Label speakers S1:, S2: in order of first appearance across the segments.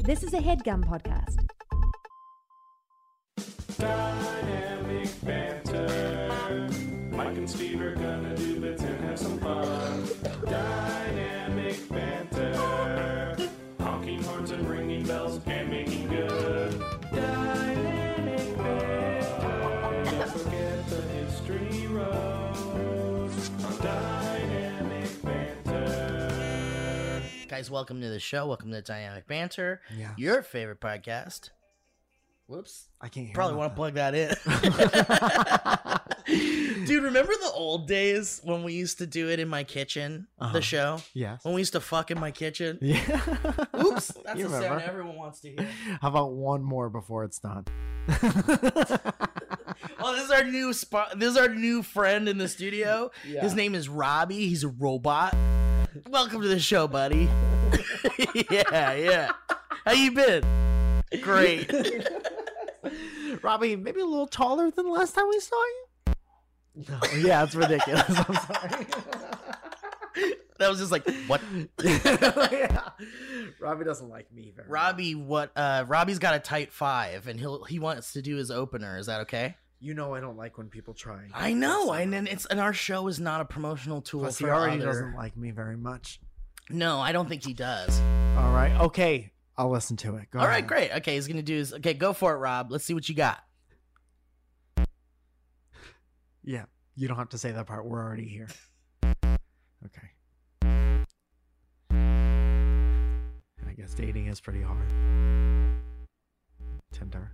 S1: This is a headgum podcast.
S2: Dynamic banter. Mike and Steve are gonna do bits and have some fun. Dynamic banter. Honking horns and ringing bells and making good. Dynamic banter. Don't forget the history rows on dynamic banter.
S3: Guys, welcome to the show. Welcome to Dynamic Banter,
S4: Yeah.
S3: your favorite podcast. Whoops.
S4: I can't hear
S3: Probably want to plug that in. Dude, remember the old days when we used to do it in my kitchen,
S4: Uh-huh.
S3: the show?
S4: Yes.
S3: When we used to fuck in my kitchen?
S4: Yeah.
S3: Oh. Oops. That's
S4: You
S3: a sound
S4: remember.
S3: everyone wants to hear.
S4: How about one more before it's done?
S3: Oh, this is our new spot. This is our new friend in the studio.
S4: Yeah.
S3: His name is Robbie. He's a robot. Welcome to the show, buddy. yeah, yeah. How you been? Great.
S4: Robbie, maybe a little taller than last time we saw you. No, yeah, it's ridiculous. I'm sorry.
S3: That was just like what
S4: yeah. Robbie doesn't like me very. much.
S3: Robbie what uh Robbie's got a tight 5 and he'll he wants to do his opener. Is that okay?
S4: you know I don't like when people try. and-
S3: I know. And then it's and our show is not a promotional tool
S4: Plus, he
S3: for
S4: already
S3: other-
S4: doesn't like me very much.
S3: No, I don't think he does.
S4: All right, okay, I'll listen to it. Go
S3: All right,
S4: ahead.
S3: great. Okay, he's going to do his Okay, go for it, Rob. Let's see what you got.
S4: Yeah, you don't have to say that part. We're already here. Okay. I guess dating is pretty hard. Tinder.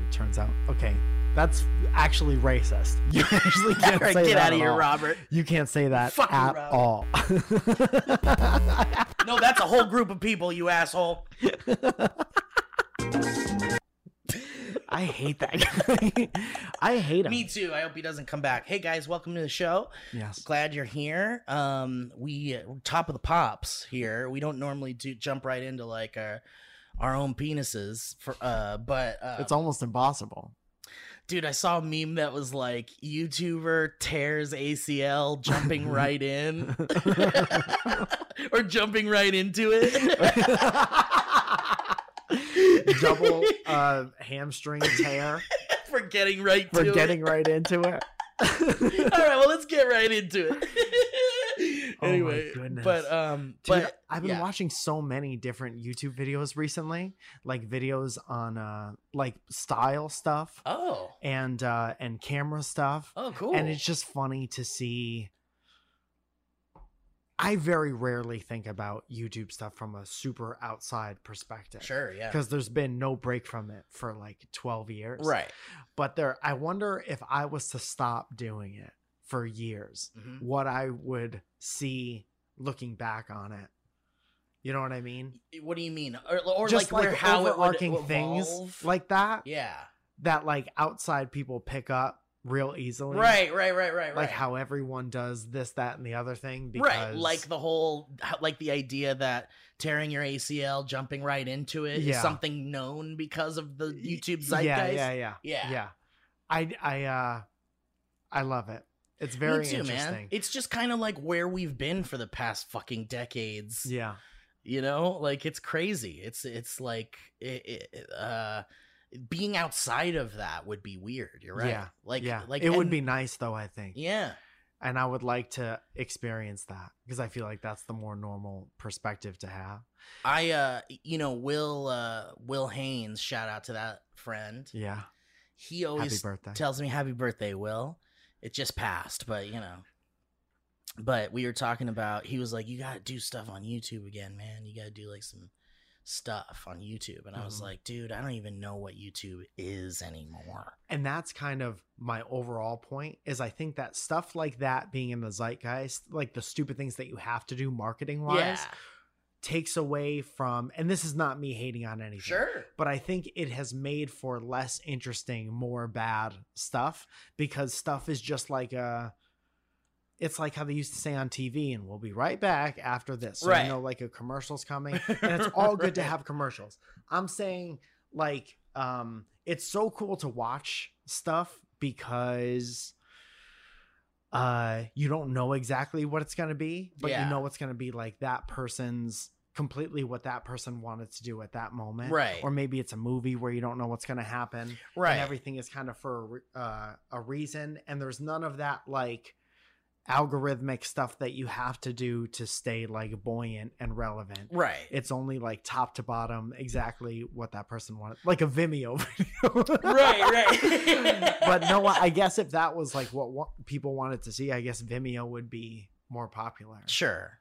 S4: It turns out, okay, that's actually racist. You actually
S3: All
S4: can't
S3: right,
S4: say
S3: get
S4: that
S3: out of
S4: at
S3: here,
S4: all.
S3: Robert.
S4: You can't say that
S3: Fuck you,
S4: at
S3: Rob.
S4: all.
S3: No, that's a whole group of people, you asshole.
S4: I hate that guy. I hate him.
S3: Me too. I hope he doesn't come back. Hey guys, welcome to the show.
S4: Yes.
S3: Glad you're here. Um, we we're top of the pops here. We don't normally do jump right into like our our own penises for uh but uh
S4: It's almost impossible.
S3: dude i saw a meme that was like youtuber tears acl jumping right in or jumping right into it
S4: double uh, hamstring tear
S3: for getting right
S4: for
S3: to it.
S4: getting right into it.
S3: All right, well, let's get right into it.
S4: Oh my
S3: anyway,
S4: goodness.
S3: but um,
S4: Dude,
S3: but
S4: I've been
S3: yeah.
S4: watching so many different YouTube videos recently, like videos on uh, like style stuff
S3: Oh,
S4: and uh, and camera stuff,
S3: oh, cool.
S4: and it's just funny to see. I very rarely think about YouTube stuff from a super outside perspective.
S3: sure, yeah,
S4: Because there's been no break from it for like 12 years.
S3: right.
S4: but there i wonder if i was to stop doing it for years
S3: Mhm.
S4: what i would see looking back on it you know what i mean
S3: What do you mean? Or, or
S4: just
S3: like,
S4: like,
S3: where how it would
S4: overarching
S3: evolve?
S4: things like that
S3: yeah,
S4: that like outside people pick up real easily
S3: right, right, right, right,
S4: like
S3: right.
S4: how everyone does this that and the other thing because
S3: right, like the whole how- like the idea that tearing your ACL, jumping right into it, is
S4: Yeah.
S3: something known because of the YouTube
S4: yeah
S3: zeitgeist.
S4: yeah yeah
S3: Yeah.
S4: yeah i i uh i love it it's very
S3: Me too,
S4: interesting
S3: man. It's just kind of like where we've been for the past fucking decades.
S4: yeah
S3: you know like it's crazy it's it's like it, it, uh being outside of that would be weird you're right
S4: Yeah,
S3: like
S4: yeah
S3: like
S4: it would
S3: and-
S4: be nice though i think
S3: yeah
S4: and I would like to experience that because I feel like that's the more normal perspective to have.
S3: i uh you know will uh will haynes shout out to that friend
S4: Yeah.
S3: he
S4: Happy
S3: always
S4: birthday.
S3: tells me happy birthday will it just passed but you know but we were talking about he was like you gotta do stuff on youtube again man you gotta do like some stuff on youtube and i was
S4: Mhm.
S3: like dude i don't even know what youtube is anymore
S4: and that's kind of my overall point is I think that stuff like that being in the zeitgeist, like the stupid things that you have to do marketing wise,
S3: yeah
S4: takes away from and this is not me hating on anything.
S3: sure
S4: But I think it has made for less interesting, more bad stuff because stuff is just like a it's like how they used to say on TV, and we'll be right back after this. So
S3: Right.
S4: you know, like a commercial's coming. and it's all good to have commercials. I'm saying like um it's so cool to watch stuff because uh you don't know exactly what it's going to be, but
S3: Yeah.
S4: you know it's going to be like that person's completely what that person wanted to do at that moment.
S3: Right.
S4: Or maybe it's a movie where you don't know what's going to happen.
S3: right
S4: And everything is kind of for a, re- uh, a reason. And there's none of that like algorithmic stuff that you have to do to stay like buoyant and relevant.
S3: right
S4: It's only like top to bottom exactly what that person wanted, like a Vimeo video.
S3: right
S4: but no, I guess if that was like what wa- people wanted to see, I guess Vimeo would be more popular.
S3: Sure.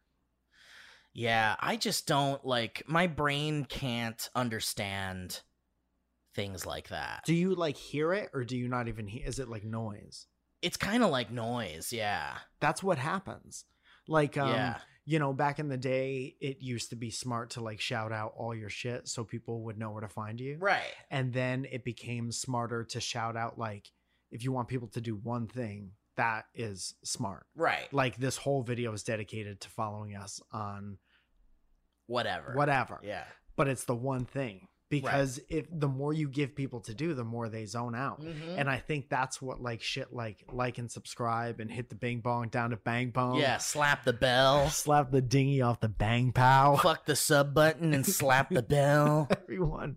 S3: Yeah, I just don't like my brain can't understand things like that.
S4: Do you like hear it or do you not even hear? Is it like noise?
S3: It's kind of like noise, yeah.
S4: That's what happens. Like, um,
S3: yeah.
S4: you know, back in the day, it used to be smart to like shout out all your shit so people would know where to find you.
S3: Right.
S4: And then it became smarter to shout out, like, if you want people to do one thing, that is smart.
S3: Right.
S4: Like, this whole video is dedicated to following us on
S3: Whatever.
S4: whatever.
S3: Yeah.
S4: but it's the one thing because if the more you give people to do the more they zone out
S3: Mhm.
S4: and i think that's what like shit like like and subscribe and hit the bing bong down to bang bong
S3: yeah, slap the bell.
S4: slap the dinghy off the bang pow
S3: fuck the sub button and slap the bell.
S4: everyone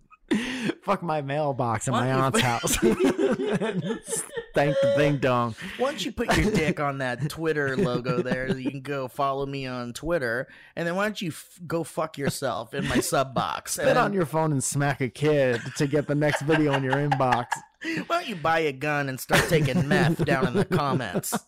S4: fuck my mailbox in my
S3: Fuck
S4: aunt's
S3: your-
S4: house thank the ding dong
S3: Why don't you put your dick on that Twitter logo there? You can go follow me on Twitter, and then why don't you f- go fuck yourself in my sub box? and
S4: spit
S3: then-
S4: on your phone and smack a kid to get the next video in your inbox
S3: Why don't you buy a gun and start taking meth down in the comments?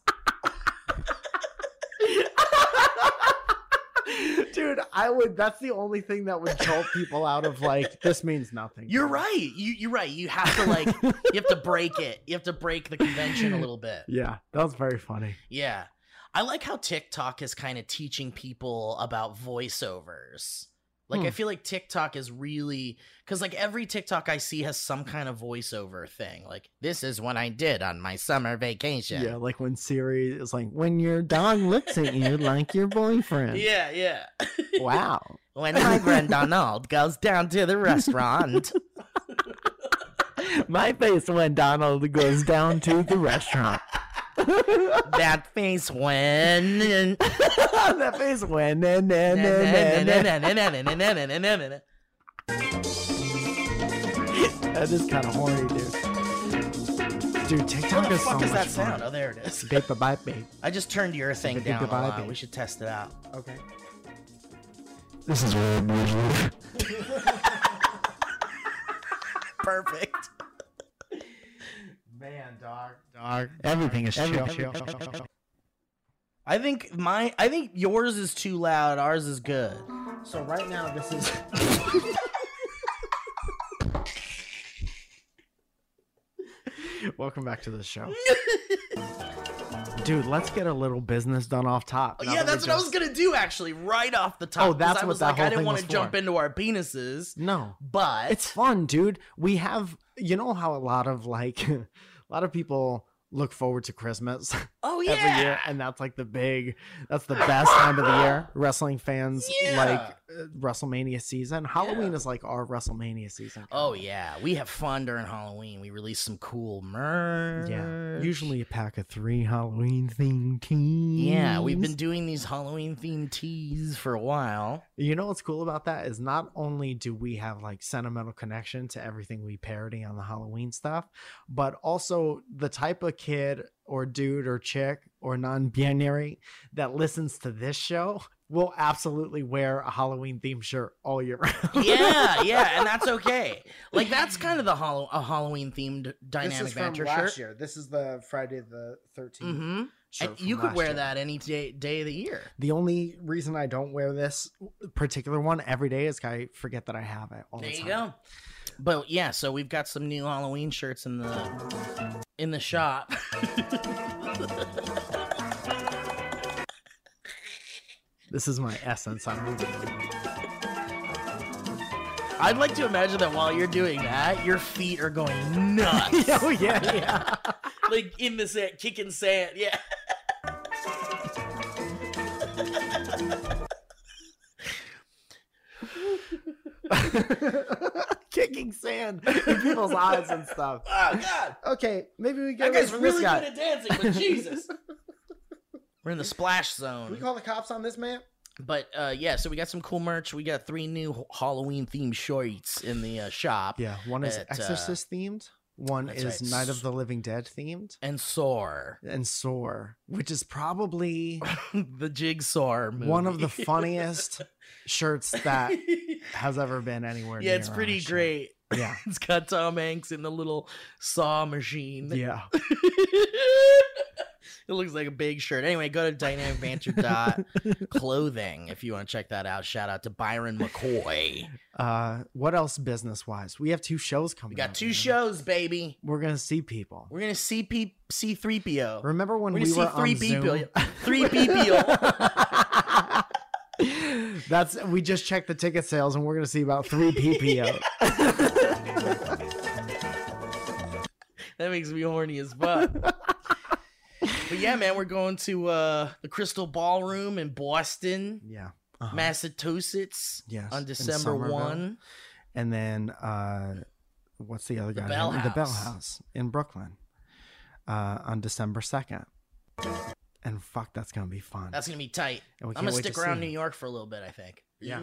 S4: Dude, I would. That's the only thing that would jolt people out of like this means nothing.
S3: You're right. You you're right. You have to like you have to break it. You have to break the convention a little bit.
S4: Yeah, that was very funny.
S3: Yeah. I like how TikTok is kind of teaching people about voiceovers. Like I
S4: Hmm.
S3: feel like TikTok is really cuz like every TikTok I see has some kind of voiceover thing. Like this is what I did on my summer
S4: Yeah.
S3: vacation.
S4: like when Siri is like, when your dog looks at you like your boyfriend.
S3: Yeah, yeah.
S4: Wow.
S3: When my friend Donald goes down to the restaurant.
S4: My face when Donald goes down to the restaurant.
S3: that face when
S4: that face when na, na, na, na, na.
S3: That
S4: that is kind of horny, dude. Dude, TikTok is so much fun.
S3: Oh, there it is.
S4: Babe, bye, babe.
S3: I just turned your thing
S4: Good
S3: down. A
S4: goodbye,
S3: lot.
S4: babe.
S3: We should test it out.
S4: Okay. This is weird.
S3: Perfect.
S4: Man, dog, dog. Everything is chill.
S3: I think my I think yours is too loud. Ours is good.
S4: So right now, this is. Welcome back to the show, dude. Let's get a little business done off top. now
S3: Oh, yeah,
S4: that we
S3: that's what I was
S4: just-
S3: gonna do actually, right off the top.
S4: Oh,
S3: 'cause
S4: that's
S3: I
S4: what
S3: was
S4: that
S3: like.
S4: whole
S3: I didn't
S4: thing
S3: want to
S4: was
S3: jump
S4: for.
S3: into our penises,
S4: No,
S3: but
S4: it's fun, dude. We have, you know, how a lot of like, a lot of people look forward to Christmas
S3: oh yeah,
S4: every year, and that's like the big, that's the best time of the year. Wrestling fans
S3: Yeah.
S4: like uh, WrestleMania season. Halloween is like our WrestleMania season.
S3: oh yeah. We have fun during Halloween. We release some cool merch.
S4: Yeah. Usually a pack of three Halloween themed teams.
S3: Yeah, we've been doing these Halloween themed teas for a while.
S4: You know what's cool about that is not only do we have like sentimental connection to everything we parody on the Halloween stuff, but also the type of kid or dude or chick or non-binary that listens to this show will absolutely wear a Halloween themed shirt all year round.
S3: yeah, yeah, and that's okay. Like that's kind of the hollow a Halloween themed dynamic banter shirt.
S4: year. This is the Friday the 13th.
S3: Mm-hmm. And you could wear that any day, day of the year.
S4: The only reason I don't wear this particular one every day is 'cause I forget that I have it. All
S3: There
S4: the
S3: you
S4: time.
S3: go. But yeah, so we've got some new Halloween shirts in the in the shop.
S4: This is my essence. I'm moving.
S3: I'd like to imagine that while you're doing that, your feet are going nuts,
S4: oh yeah, yeah.
S3: like in the sand, kicking sand. Yeah.
S4: Kicking sand in people's eyes and stuff.
S3: Oh God.
S4: Okay, maybe we get
S3: That
S4: away
S3: guy's
S4: from
S3: really
S4: this
S3: good
S4: guy.
S3: at dancing, but Jesus. We're in the splash zone.
S4: we call the cops on this man.
S3: But uh, yeah, so we got some cool merch. We got three new Halloween themed shorts in the uh, shop.
S4: Yeah, one is
S3: It, uh,
S4: Exorcist themed, one
S3: that's
S4: is
S3: right.
S4: Night of the Living Dead themed,
S3: And Soar,
S4: and Soar, which is probably
S3: the Jigsaw movie.
S4: one of the funniest shirts that has ever been anywhere.
S3: yeah, it's
S4: near on a
S3: pretty
S4: shirt.
S3: great.
S4: Yeah,
S3: It's got Tom Hanks in the little saw machine.
S4: yeah.
S3: it looks like a big shirt. Anyway, go to Dynamic Banter dot clothing if you want to check that out. Shout out to Byron McCoy.
S4: Uh, what else business wise? We have two shows coming.
S3: We
S4: up,
S3: got two
S4: man.
S3: shows, baby.
S4: We're gonna see people.
S3: We're gonna see P- see three PO.
S4: Remember when
S3: We're
S4: we
S3: gonna
S4: were
S3: see
S4: on
S3: three
S4: Zoom?
S3: people. Three people.
S4: That's we just checked the ticket sales and we're gonna see about three PPO.
S3: That makes me horny as fuck. but yeah, man, we're going to uh, the Crystal Ballroom in Boston,
S4: yeah. Uh-huh.
S3: Massachusetts,
S4: Yes.
S3: on
S4: in
S3: December
S4: Somerville.
S3: one.
S4: And then uh what's the other
S3: The
S4: guy?
S3: Bell
S4: The Bell
S3: House.
S4: House in Brooklyn. Uh on December second. And fuck, that's gonna be fun.
S3: That's gonna be tight.
S4: And we
S3: I'm
S4: can't
S3: gonna
S4: wait to
S3: stick around
S4: see
S3: New
S4: it.
S3: York for a little bit. I think.
S4: Yeah.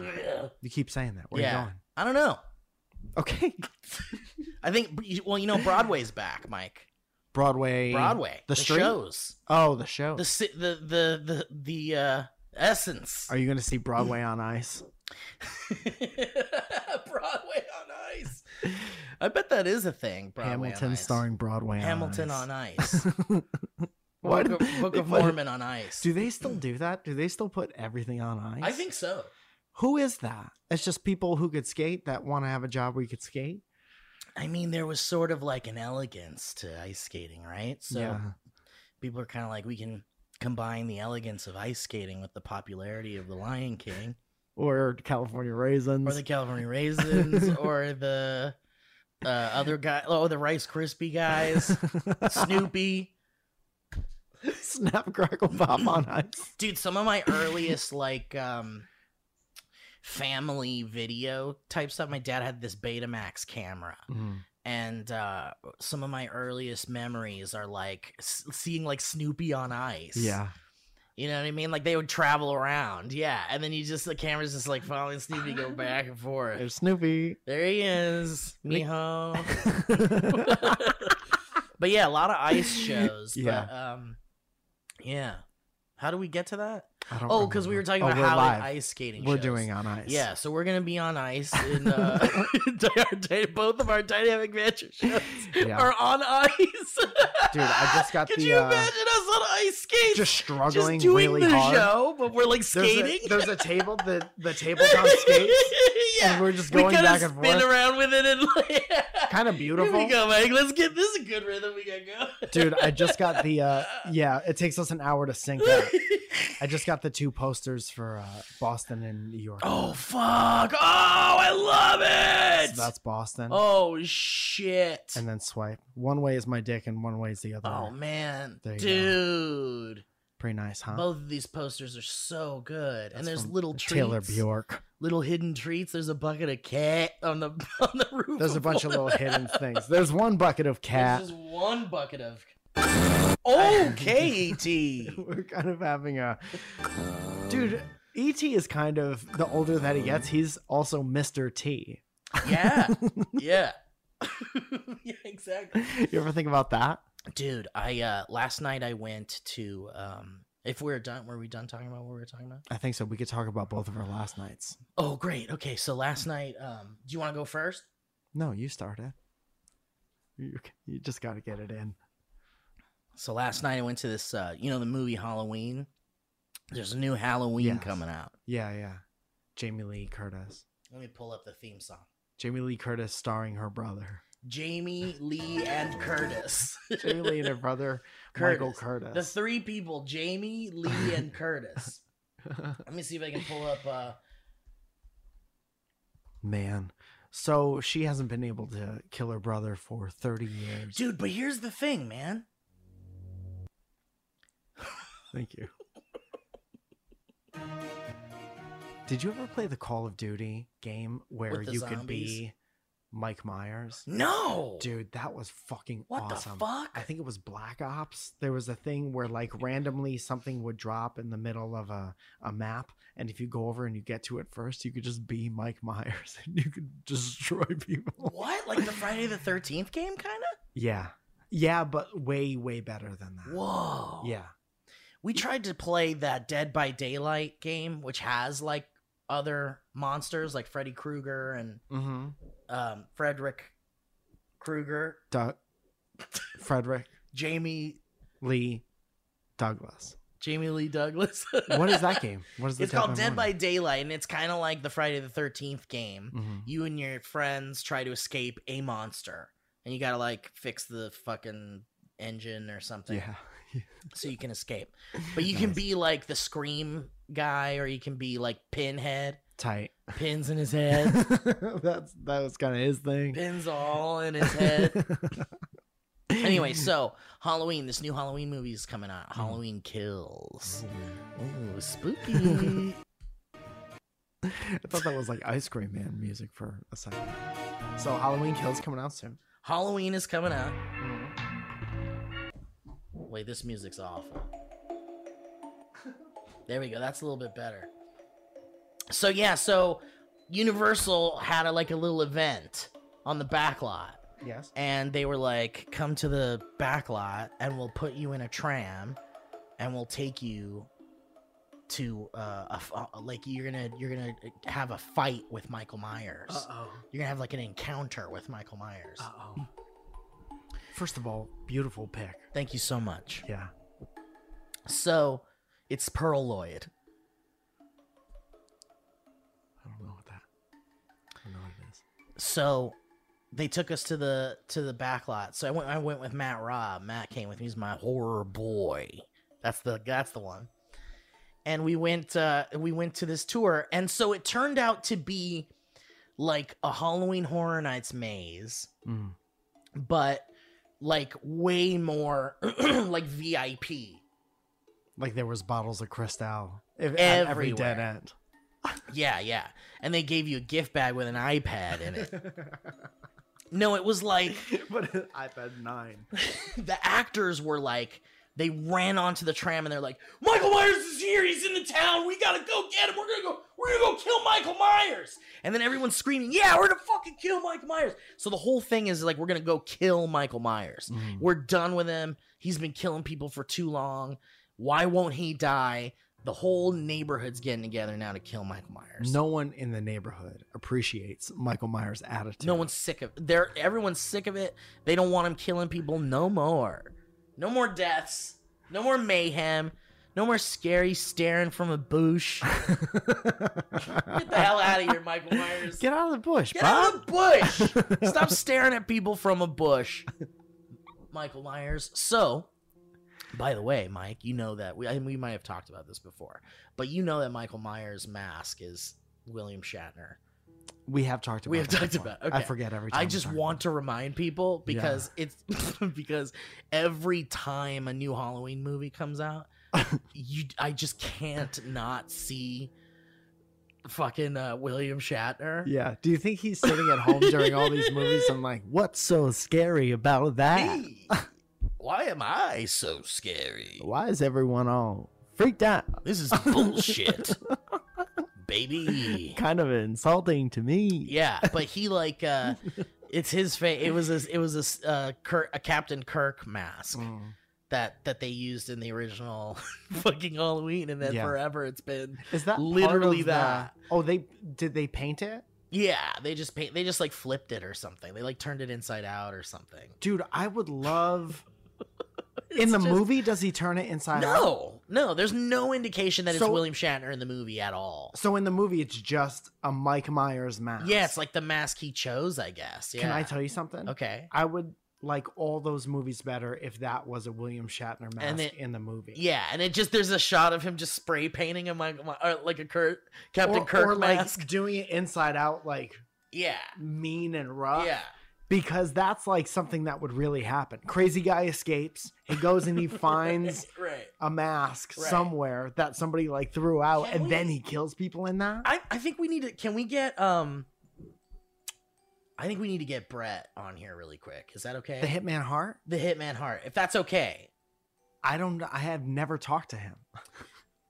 S4: You keep saying that. Where
S3: Yeah.
S4: are you going?
S3: I don't know.
S4: Okay.
S3: I think. Well, you know, Broadway's back, Mike.
S4: Broadway.
S3: Broadway.
S4: the
S3: The,
S4: street?
S3: shows.
S4: Oh, the show.
S3: The si- the the the the uh, essence.
S4: Are you gonna see Broadway on Ice?
S3: Broadway on ice. I bet that is a thing. Broadway
S4: Hamilton
S3: on ice.
S4: starring Broadway.
S3: Hamilton
S4: on
S3: on
S4: Ice.
S3: ice.
S4: what?
S3: Book of, Book of
S4: What?
S3: Mormon on ice.
S4: Do they still do that? Do they still put everything on ice?
S3: I think so.
S4: Who is that? It's just people who could skate that want to have a job where you could skate.
S3: I mean, there was sort of like an elegance to ice skating, right? So people are kind of like, we can combine the elegance of ice skating with the popularity of the Lion King
S4: Or California raisins.
S3: or the California Raisins or the uh, other guy, oh, the Rice Krispie guys, Snoopy.
S4: Snap crackle pop on ice.
S3: dude some of my earliest like um family video type stuff my dad had this betamax camera and uh some of my earliest memories are like s- seeing like snoopy on ice
S4: Yeah.
S3: you know what i mean like they would travel around yeah and then you just the camera's just like following snoopy go back and forth
S4: There's Snoopy.
S3: there he is
S4: Me-
S3: Miho. but yeah a lot of ice shows
S4: Yeah.
S3: but um yeah how do we get to that
S4: I don't
S3: Oh, because we were
S4: remember.
S3: talking
S4: Oh,
S3: about
S4: we're
S3: how
S4: live.
S3: ice skating.
S4: We're
S3: shows.
S4: doing on ice.
S3: Yeah, so we're gonna be on ice in uh, our dy- both of our dynamic venture shows
S4: Yeah.
S3: are on ice.
S4: Dude, I just got
S3: Could
S4: the,
S3: you
S4: uh,
S3: imagine us on ice skates?
S4: Just struggling
S3: doing
S4: really
S3: the
S4: hard.
S3: show, but we're like
S4: There's a-
S3: skating.
S4: There's a, table, the the tabletop skates,
S3: yeah,
S4: and we're just
S3: we
S4: going
S3: could
S4: back
S3: have
S4: and
S3: spin
S4: forth.
S3: around with it and like.
S4: Kind of
S3: Here
S4: beautiful,
S3: we go, Mike. Let's get this is a good rhythm. We got go.
S4: dude. I just got the uh, yeah. It takes us an hour to sync up. I just got the two posters for uh, Boston and New York.
S3: oh fuck! Oh, I love
S4: So
S3: it.
S4: that's Boston,
S3: Oh shit!
S4: and then swipe. One way is my dick, and one way is the other.
S3: oh
S4: way.
S3: man,
S4: There you go.
S3: dude,
S4: pretty nice, huh?
S3: both of these posters are so good,
S4: That's
S3: and there's
S4: from
S3: little
S4: Taylor
S3: treats,
S4: Bjork.
S3: little hidden treats. There's a bucket of cat on the on the roof.
S4: There's a bunch of
S3: one
S4: little hidden things. There's one bucket of
S3: There's
S4: cat.
S3: just one bucket of. Oh, K-E-T.
S4: We're kind of having a dude. Et is kind of the older that he gets, he's also Mr. T.
S3: yeah, yeah, yeah, exactly.
S4: You ever think about that?
S3: Dude, I uh last night I went to um. If we're done, were we done talking about what we were talking about?
S4: I think so. We could talk about both of our last nights.
S3: Oh, great. Okay, so last night, um, do you want to go first?
S4: No, you started. You, you just got to get it in.
S3: So last night I went to this, uh, you know, the movie Halloween. There's a new Halloween
S4: Yes.
S3: coming out.
S4: Yeah, yeah. Jamie Lee Curtis.
S3: Let me pull up the theme song.
S4: Jamie Lee Curtis starring her brother.
S3: Jamie Lee and Curtis.
S4: Jamie Lee and her brother, Michael
S3: The
S4: Curtis.
S3: three people, Jamie, Lee, and Curtis. Let me see if I can pull up. Uh,
S4: Man. So she hasn't been able to kill her brother for 30 years.
S3: dude, but here's the thing, man.
S4: Thank you. Did you ever play the Call of Duty game where
S3: With the
S4: you could
S3: zombies?
S4: be Mike Myers.
S3: No,
S4: Dude, that was fucking
S3: what
S4: awesome.
S3: the fuck?
S4: I think it was Black Ops. There was a thing where like randomly something would drop in the middle of a, a map. And if you go over and you get to it first, you could just be Mike Myers and you could destroy people.
S3: what like the Friday the Thirteenth game, kind
S4: Yeah. Yeah, but way, way better than
S3: of?
S4: that.
S3: Whoa.
S4: Yeah.
S3: We tried to play that Dead by Daylight game, which has like other monsters like Freddy Krueger and
S4: Mm-hmm.
S3: um, Frederick Krueger,
S4: Doug Frederick
S3: Jamie
S4: Lee Douglas.
S3: Jamie Lee Douglas.
S4: What is that game? What is the
S3: It's called Dead by Daylight, and it's kind of like the Friday the Thirteenth game.
S4: hmm
S3: You and your friends try to escape a monster, and you gotta like fix the fucking engine or something
S4: Yeah.
S3: so you can escape. But you can
S4: Nice.
S3: be like the Scream guy, or you can be like Pinhead,
S4: tight.
S3: pins in his head,
S4: That's that was kind of his thing.
S3: pins all in his head. anyway, so Halloween, this new Halloween movie is coming out.
S4: Hmm.
S3: Halloween Kills. Ooh, spooky.
S4: I thought that was like Ice Cream Man music for a second. So Halloween Kills coming out soon.
S3: Halloween is coming out. Wait, this music's awful. There we go. That's a little bit better. So yeah, so Universal had a, like a little event on the back lot,
S4: Yes.
S3: and they were like, "Come to the back lot, and we'll put you in a tram, and we'll take you to uh, a f- uh, like you're gonna you're gonna have a fight with Michael Myers.
S4: oh.
S3: You're gonna have like an encounter with Michael Myers.
S4: oh. First of all, beautiful pick.
S3: Thank you so much.
S4: Yeah.
S3: So it's Pearl Lloyd.
S4: I don't know what that. I don't know what it is.
S3: so they took us to the to the back lot. So I went I went with Matt Robb. Matt came with me. He's my horror boy. That's the that's the one. And we went uh we went to this tour and so it turned out to be like a Halloween Horror Nights maze,
S4: Mm.
S3: but like way more like VIP.
S4: Like there was bottles of Cristal if, at every dead
S3: Everywhere.
S4: end.
S3: Yeah, yeah. And they gave you a gift bag with an iPad in it. No, it was like
S4: but iPad nine.
S3: the actors were like they ran onto the tram and they're like michael myers is here he's in the town we gotta go get him we're gonna go we're gonna go kill michael myers and then everyone's screaming yeah we're gonna fucking kill michael myers so the whole thing is like we're gonna go kill michael myers
S4: Mm.
S3: we're done with him he's been killing people for too long why won't he die the whole neighborhood's getting together now to kill michael myers
S4: No one in the neighborhood appreciates Michael Myers' attitude.
S3: No one's sick of they're everyone's sick of it. They don't want him killing people no more. No more deaths. No more mayhem. No more scary staring from a bush. Get the hell out of here, Michael Myers. Get,
S4: Get out of the bush,
S3: out
S4: Bob.
S3: of the bush. Stop staring at people from a bush. Michael Myers. So, by the way, Mike, you know that we I, we might have talked about this before, but you know that Michael Myers' mask is William Shatner.
S4: we have talked about.
S3: We have
S4: that
S3: talked
S4: before.
S3: about- okay.
S4: I forget every time.
S3: I
S4: we
S3: just
S4: talk
S3: want
S4: about
S3: to remind people
S4: Yeah.
S3: because it's because every time a new Halloween movie comes out, you I just can't not see fucking uh, William Shatner.
S4: it. Yeah. Do you think he's sitting at home during all these movies? I'm like, what's so scary about that?
S3: Hey, why am I so scary?
S4: Why is everyone all freaked out?
S3: This is bullshit, baby.
S4: Kind of insulting to me.
S3: Yeah, but he like uh it's his face. It was a, it was a s- uh, Kirk, a Captain Kirk mask.
S4: Mm.
S3: that that they used in the original fucking Halloween, and then
S4: Yeah.
S3: forever it's been.
S4: Is that part of
S3: Literally
S4: the-
S3: that.
S4: Oh, they did they paint it?
S3: Yeah, they just paint. They just like flipped it or something. They like turned it inside out or something.
S4: Dude, I would love.
S3: It's
S4: In the
S3: just-
S4: movie, does he turn it inside out?
S3: No, no. There's no indication that it's
S4: So-
S3: William Shatner in the movie at all.
S4: So in the movie, it's just a Mike Myers mask.
S3: Yeah, it's like the mask he chose, I guess. Yeah.
S4: Can I tell you something?
S3: Okay.
S4: I would like all those movies better if that was a William Shatner mask
S3: And it-
S4: in the movie.
S3: Yeah, and it just there's a shot of him just spray painting him like or like a Kurt, Captain
S4: or,
S3: Kirk
S4: or like
S3: mask.
S4: doing it inside out, like
S3: yeah,
S4: mean and rough.
S3: yeah.
S4: Because that's like something that would really happen. Crazy guy escapes. He goes and he finds
S3: right.
S4: a mask
S3: Right.
S4: somewhere that somebody like threw out,
S3: Can
S4: and
S3: we-
S4: then he kills people in that.
S3: I, I think we need to. Can we get um? I think we need to get Brett on here really quick. Is that okay?
S4: The Hitman Heart?
S3: The Hitman Heart, if that's okay.
S4: I don't. I have never talked to him.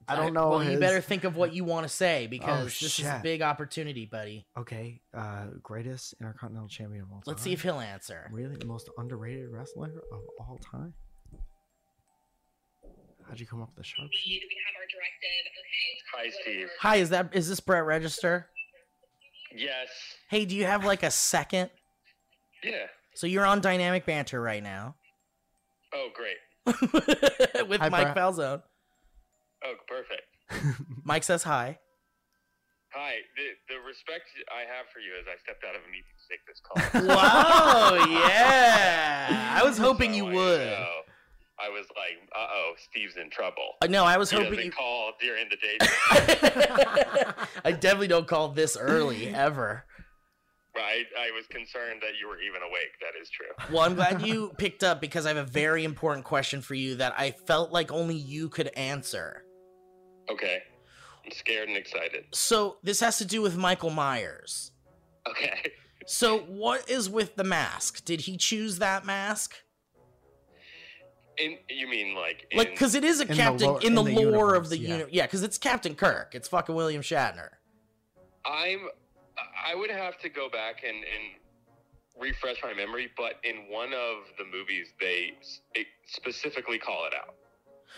S4: I don't know.
S3: Well, you
S4: his- Oh,
S3: better think of what you want to say because this is a
S4: shit.
S3: big opportunity, buddy.
S4: Okay, uh, greatest intercontinental champion of all time.
S3: Let's see if he'll answer.
S4: really most underrated wrestler of all time. How'd you come up with the sharp?
S1: We we have our directive. Okay.
S5: Hi, Steve.
S3: Hi, is that is this Brett Register?
S5: Yes.
S3: Hey, do you have like a second?
S5: Yeah.
S3: So you're on Dynamic Banter right now
S5: Oh, great.
S3: with
S4: Hi,
S3: Mike
S4: Brett.
S3: Falzone.
S5: Oh, perfect.
S3: Mike says hi.
S5: Hi. The, the respect I have for you is I stepped out of a meeting to take this call.
S3: Wow, yeah. I was hoping
S5: So
S3: you
S5: I
S3: would.
S5: know. I was like, uh oh, Steve's in trouble.
S3: Uh, No, I was
S5: He
S3: hoping
S5: doesn't
S3: you.
S5: call during the day.
S3: I definitely don't call this early ever.
S5: I, I was concerned that you were even awake. That is true.
S3: Well, I'm glad you picked up because I have a very important question for you that I felt like only you could answer.
S5: Okay. I'm scared and excited.
S3: So, this has to do with Michael Myers.
S5: Okay.
S3: So, what is with the mask? Did he choose that mask?
S5: In, you mean like in,
S3: Like, because it is a
S4: In the
S3: captain
S4: lore-
S3: in the
S4: in the
S3: lore
S4: universe,
S3: of the
S4: yeah.
S3: unit. Yeah, because it's Captain Kirk. It's fucking William Shatner.
S5: I'm I would have to go back and, and refresh my memory, but in one of the movies they s- it specifically call it out.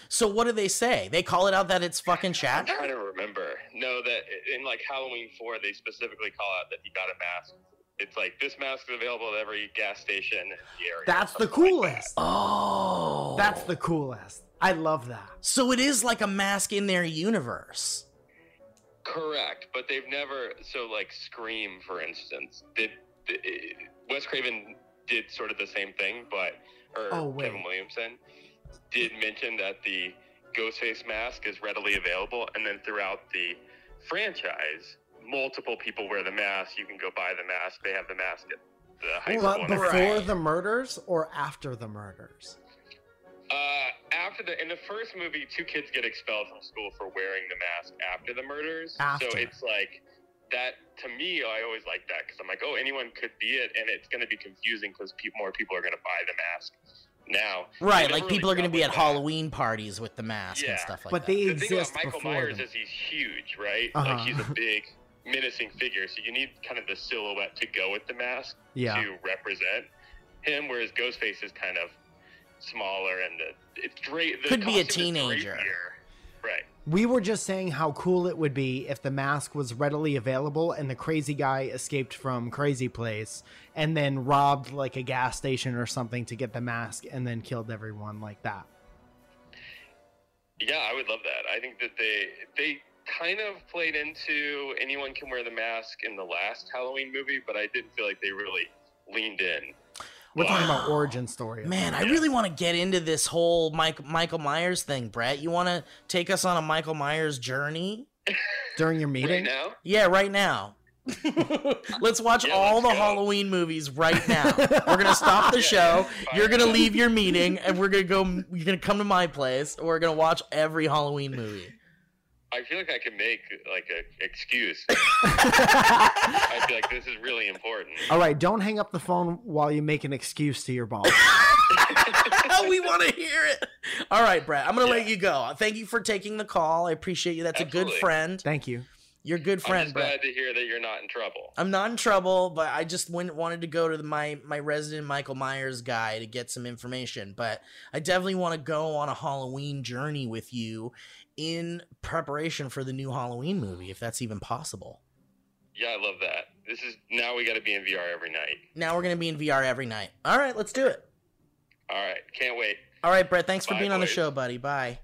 S3: So, what do they say? They call it out that it's fucking
S5: I'm trying
S3: Shatner?
S5: to remember. No, that in like Halloween four they specifically call out that he got a mask. It's like this mask is available at every gas station in the area.
S4: That's the
S5: something like
S4: coolest.
S5: that.
S3: Oh.
S4: That's the coolest. I love that.
S3: So, it is like a mask in their universe.
S5: Correct, but they've never so like Scream, for instance, did, did Wes Craven did sort of the same thing, but or
S4: Oh, wait.
S5: Kevin Williamson did mention that the Ghostface mask is readily available, and then throughout the franchise, multiple people wear the mask. You can go buy the mask. They have the mask at the high school.
S4: But
S5: and
S4: before
S5: everything.
S4: the murders or after the murders?
S5: Uh, after the in the first movie, two kids get expelled from school for wearing the mask after the murders.
S4: After.
S5: So it's like that to me. I always like that because I'm like, oh, anyone could be it, and it's going to be confusing because pe- more people are going to buy the mask now.
S3: Right,
S5: never
S3: like
S5: really
S3: people are going to
S5: dealt
S3: be at
S5: with that.
S3: Halloween parties with the mask
S5: Yeah,
S3: and stuff like
S4: but
S3: that.
S4: they
S5: The thing about
S4: exist
S5: Michael
S4: before
S5: Myers
S4: them.
S5: is he's huge, right? Like
S4: Uh-huh.
S5: he's a big, menacing figure. So you need kind of the silhouette to go with the mask
S4: yeah.
S5: to represent him, whereas Ghostface is kind of smaller and the, it's great. The
S3: Could be a
S5: costume is
S3: teenager.
S5: drapier. Right.
S4: We were just saying how cool it would be if the mask was readily available and the crazy guy escaped from Crazy Place and then robbed like a gas station or something to get the mask and then killed everyone like that.
S5: Yeah, I would love that. I think that they they kind of played into anyone can wear the mask in the last Halloween movie, but I didn't feel like they really leaned in.
S4: We're talking
S3: Wow.
S4: about origin story. of
S3: Man, I
S5: Yeah.
S3: really want to get into this whole Mike, Michael Myers thing, Brett. You want to take us on a Michael Myers journey?
S4: during your
S5: Right
S4: meeting.
S5: now,
S3: Yeah, right now. let's watch
S5: Yeah,
S3: all
S5: let's
S3: the
S5: go.
S3: Halloween movies right now. we're gonna stop the
S5: Yeah,
S3: show.
S5: fine.
S3: You're gonna leave your meeting, and we're gonna go. You're gonna come to my place. And we're gonna watch every Halloween movie.
S5: I feel like I can make like a excuse. I feel like this is really important.
S4: All right, don't hang up the phone while you make an excuse to your boss.
S3: we want to hear it. All right, Brett. I'm gonna let
S5: Yeah.
S3: you go. Thank you for taking the call. I appreciate you. That's a good
S5: Absolutely.
S3: friend.
S4: Thank you.
S3: You're a good
S5: I'm
S3: friend,
S5: just
S3: Brett.
S5: glad to hear that you're not in trouble.
S3: I'm not in trouble, but I just went, wanted to go to the, my my resident Michael Myers guy to get some information. But I definitely want to go on a Halloween journey with you in preparation for the new Halloween movie, if that's even possible.
S5: Yeah, I love that. This is now we got to be in VR every night.
S3: Now we're gonna be in VR every night. All right, let's do it.
S5: All right, can't wait.
S3: All right, Brett. Thanks for
S5: Bye,
S3: being on the
S5: boys.
S3: show, buddy. Bye.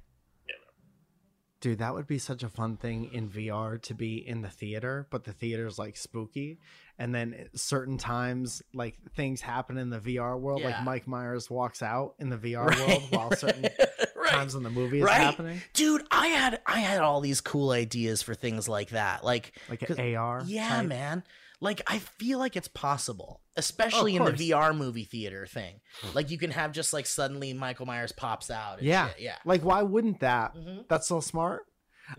S4: Dude, that would be such a fun thing in VR to be in the theater, but the theater's like spooky. And then at certain times, like things happen in the VR world.
S3: Yeah.
S4: Like Mike Myers walks out in the VR
S3: Right.
S4: world while certain
S3: Right.
S4: times in the movie is
S3: Right.
S4: happening.
S3: Dude, I had I had all these cool ideas for things like that. Like
S4: Like
S3: 'Cause-
S4: an AR.
S3: Yeah,
S4: type.
S3: man. Like I feel like it's possible, especially
S4: Oh,
S3: in
S4: of
S3: the
S4: course.
S3: VR movie theater thing. Like you can have just like suddenly Michael Myers pops out. And
S4: Yeah.
S3: shit. yeah. mm-hmm.
S4: Like, why wouldn't that?
S3: Mhm.
S4: That's so smart.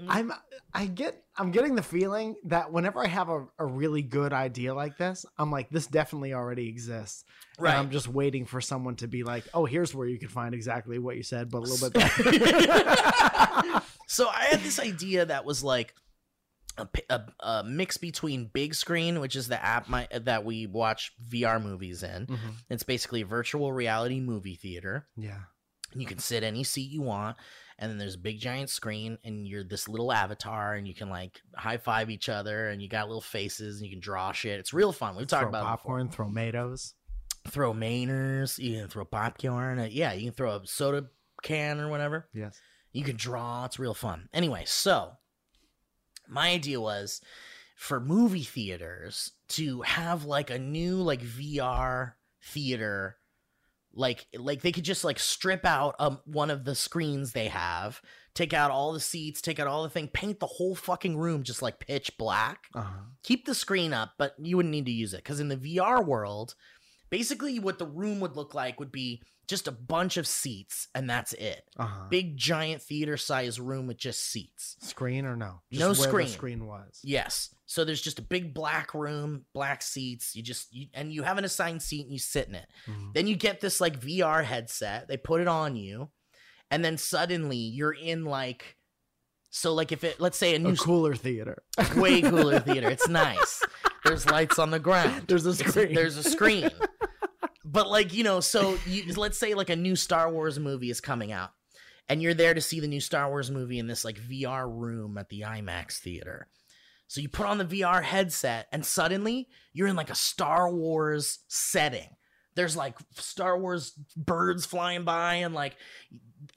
S4: I'm I get I'm getting the feeling that whenever I have a, a really good idea like this, I'm like, this definitely already exists. And I'm just waiting for someone to be like, oh, here's where you can find exactly what you said, but a little bit better.
S3: So I had this idea that was like a, pi- a, a mix between big screen, which is the app my, that we watch VR movies in.
S4: Mhm.
S3: It's basically a virtual reality movie theater.
S4: Yeah.
S3: You can sit any seat you want, and then there's a big giant screen, and you're this little avatar, and you can like high five each other, and you got little faces, and you can draw shit. It's real fun. We've talked
S4: throw
S3: about it before.
S4: popcorn, throw tomatoes.
S3: throw mainers, you can throw popcorn. uh, Yeah, you can throw a soda can or whatever.
S4: Yes.
S3: You can draw. It's real fun. Anyway, so my idea was for movie theaters to have like a new like VR theater like like they could just like strip out um one of the screens they have take out all the seats take out all the thing paint the whole fucking room just like pitch black
S4: Uh-huh.
S3: keep the screen up, but you wouldn't need to use it because in the VR world, basically what the room would look like would be just a bunch of seats and that's it.
S4: Uh-huh.
S3: Big giant theater size room with just seats.
S4: Screen or no?
S3: No
S4: where
S3: screen.
S4: The screen was.
S3: Yes. So there's just a big black room, black seats. You just you, and you have an assigned seat and you sit in it.
S4: Mhm.
S3: Then you get this like VR headset. They put it on you, and then suddenly you're in like so like if it let's say a new
S4: A cooler theater.
S3: way cooler theater. It's nice. There's lights on the ground.
S4: There's a
S3: It's-
S4: screen.
S3: there's a screen. but like you know, so you, let's say like a new Star Wars movie is coming out, and you're there to see the new Star Wars movie in this like VR room at the IMAX theater. So you put on the VR headset, and suddenly you're in like a Star Wars setting. There's like Star Wars birds flying by, and like,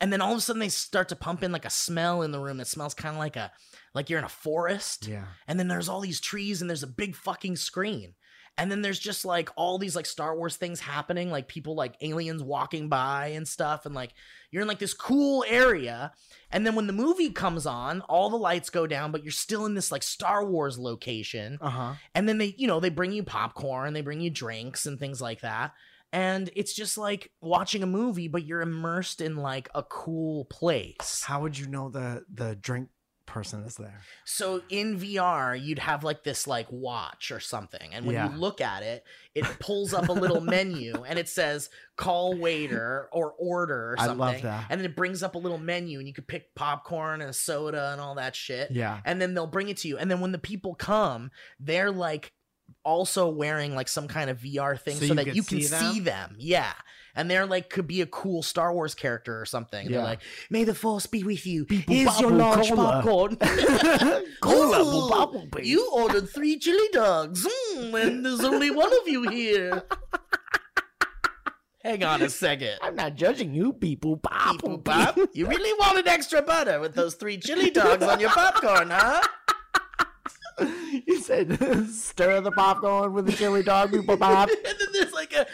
S3: and then all of a sudden they start to pump in like a smell in the room that smells kind of like a, like you're in a forest
S4: Yeah.
S3: and then there's all these trees and there's a big fucking screen and then there's just like all these like star wars things happening like people like aliens walking by and stuff and like you're in like this cool area and then when the movie comes on all the lights go down but you're still in this like star wars location
S4: Uh-huh.
S3: and then they you know they bring you popcorn they bring you drinks and things like that and it's just like watching a movie but you're immersed in like a cool place
S4: How would you know the the drink person is there?
S3: So in VR, you'd have like this like watch or something, and when
S4: Yeah.
S3: you look at it, it pulls up a little menu and it says "call waiter" or "order" or
S4: I
S3: something.
S4: love that.
S3: And then it brings up a little menu, and you could pick popcorn and a soda and all that shit.
S4: Yeah.
S3: And then they'll bring it to you. And then when the people come, they're like also wearing like some kind of VR thing
S4: So
S3: so,
S4: you
S3: that
S4: could
S3: you can
S4: see
S3: see
S4: them?
S3: them. Yeah. And they're like could be a cool Star Wars character or something.
S4: Yeah.
S3: They're like, "May the Force be with you."
S4: Beep, boop,
S3: Here's
S4: bop,
S3: your
S4: boop,
S3: large
S4: cola.
S3: popcorn.
S4: Cola,
S3: Ooh,
S4: boop, bop, boop, baby.
S3: You ordered three chili dogs, mm, and there's only one of you here. Hang on a second.
S4: I'm not judging you, people. Bop,
S3: Beep, boop,
S4: boop,
S3: bop.
S4: beep.
S3: You really wanted extra butter with those three chili dogs on your popcorn, huh?
S4: you said stir the popcorn with the chili dog, people pop.
S3: and then there's like a.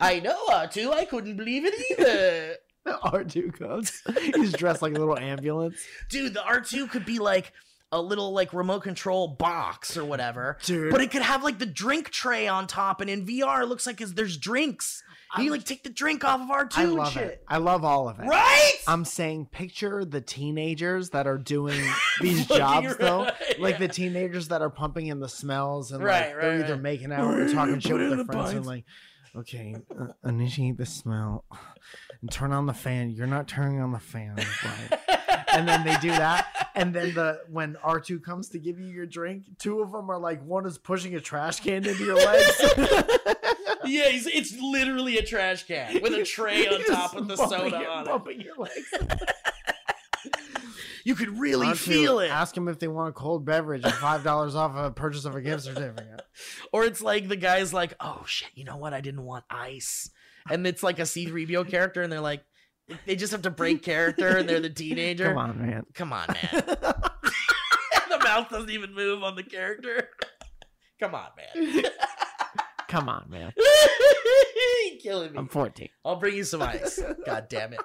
S3: I know, R2. I couldn't believe it either.
S4: R2 comes. He's dressed like a little ambulance.
S3: Dude, the R2 could be like a little like remote control box or whatever.
S4: Dude.
S3: But it could have like the drink tray on top, and in VR, it looks like is there's drinks. And you like take the drink off of R2
S4: I
S3: and
S4: love
S3: shit.
S4: it. Uh, I love all of it.
S3: Right?
S4: I'm saying picture the teenagers that are doing these
S3: Fucking
S4: jobs though.
S3: right,
S4: Like the
S3: yeah.
S4: teenagers that are pumping in the smells and like
S3: Right,
S4: they're
S3: right,
S4: either
S3: right.
S4: making out or talking shit
S2: Put it
S4: with
S2: in
S4: their
S2: the
S4: friends and
S2: pipes.
S4: like, okay, uh, initiate the smell and turn on the fan. You're not turning on the fan. Like, and then they do that. And then the when R2 comes to give you your drink, two of them are like one is pushing a trash can into your legs.
S3: yeah, he's, it's literally a trash can with a tray on
S4: He's
S3: top with the
S4: bumping
S3: soda
S4: it,
S3: on it.
S4: bumping your legs.
S3: You could really
S4: Aren't you-
S3: feel it.
S4: Ask them if they want a cold beverage and five dollars off a purchase of a gift certificate.
S3: Or it's like the guy's like, oh shit, you know what? I didn't want ice. And it's like a C3PO character, and they're like, they just have to break character, and they're the teenager.
S4: Come on, man.
S3: Come on, man. the mouth doesn't even move on the character. Come on, man.
S4: Come on, man.
S3: Killing me.
S4: I'm 14.
S3: I'll bring you some ice. God damn it.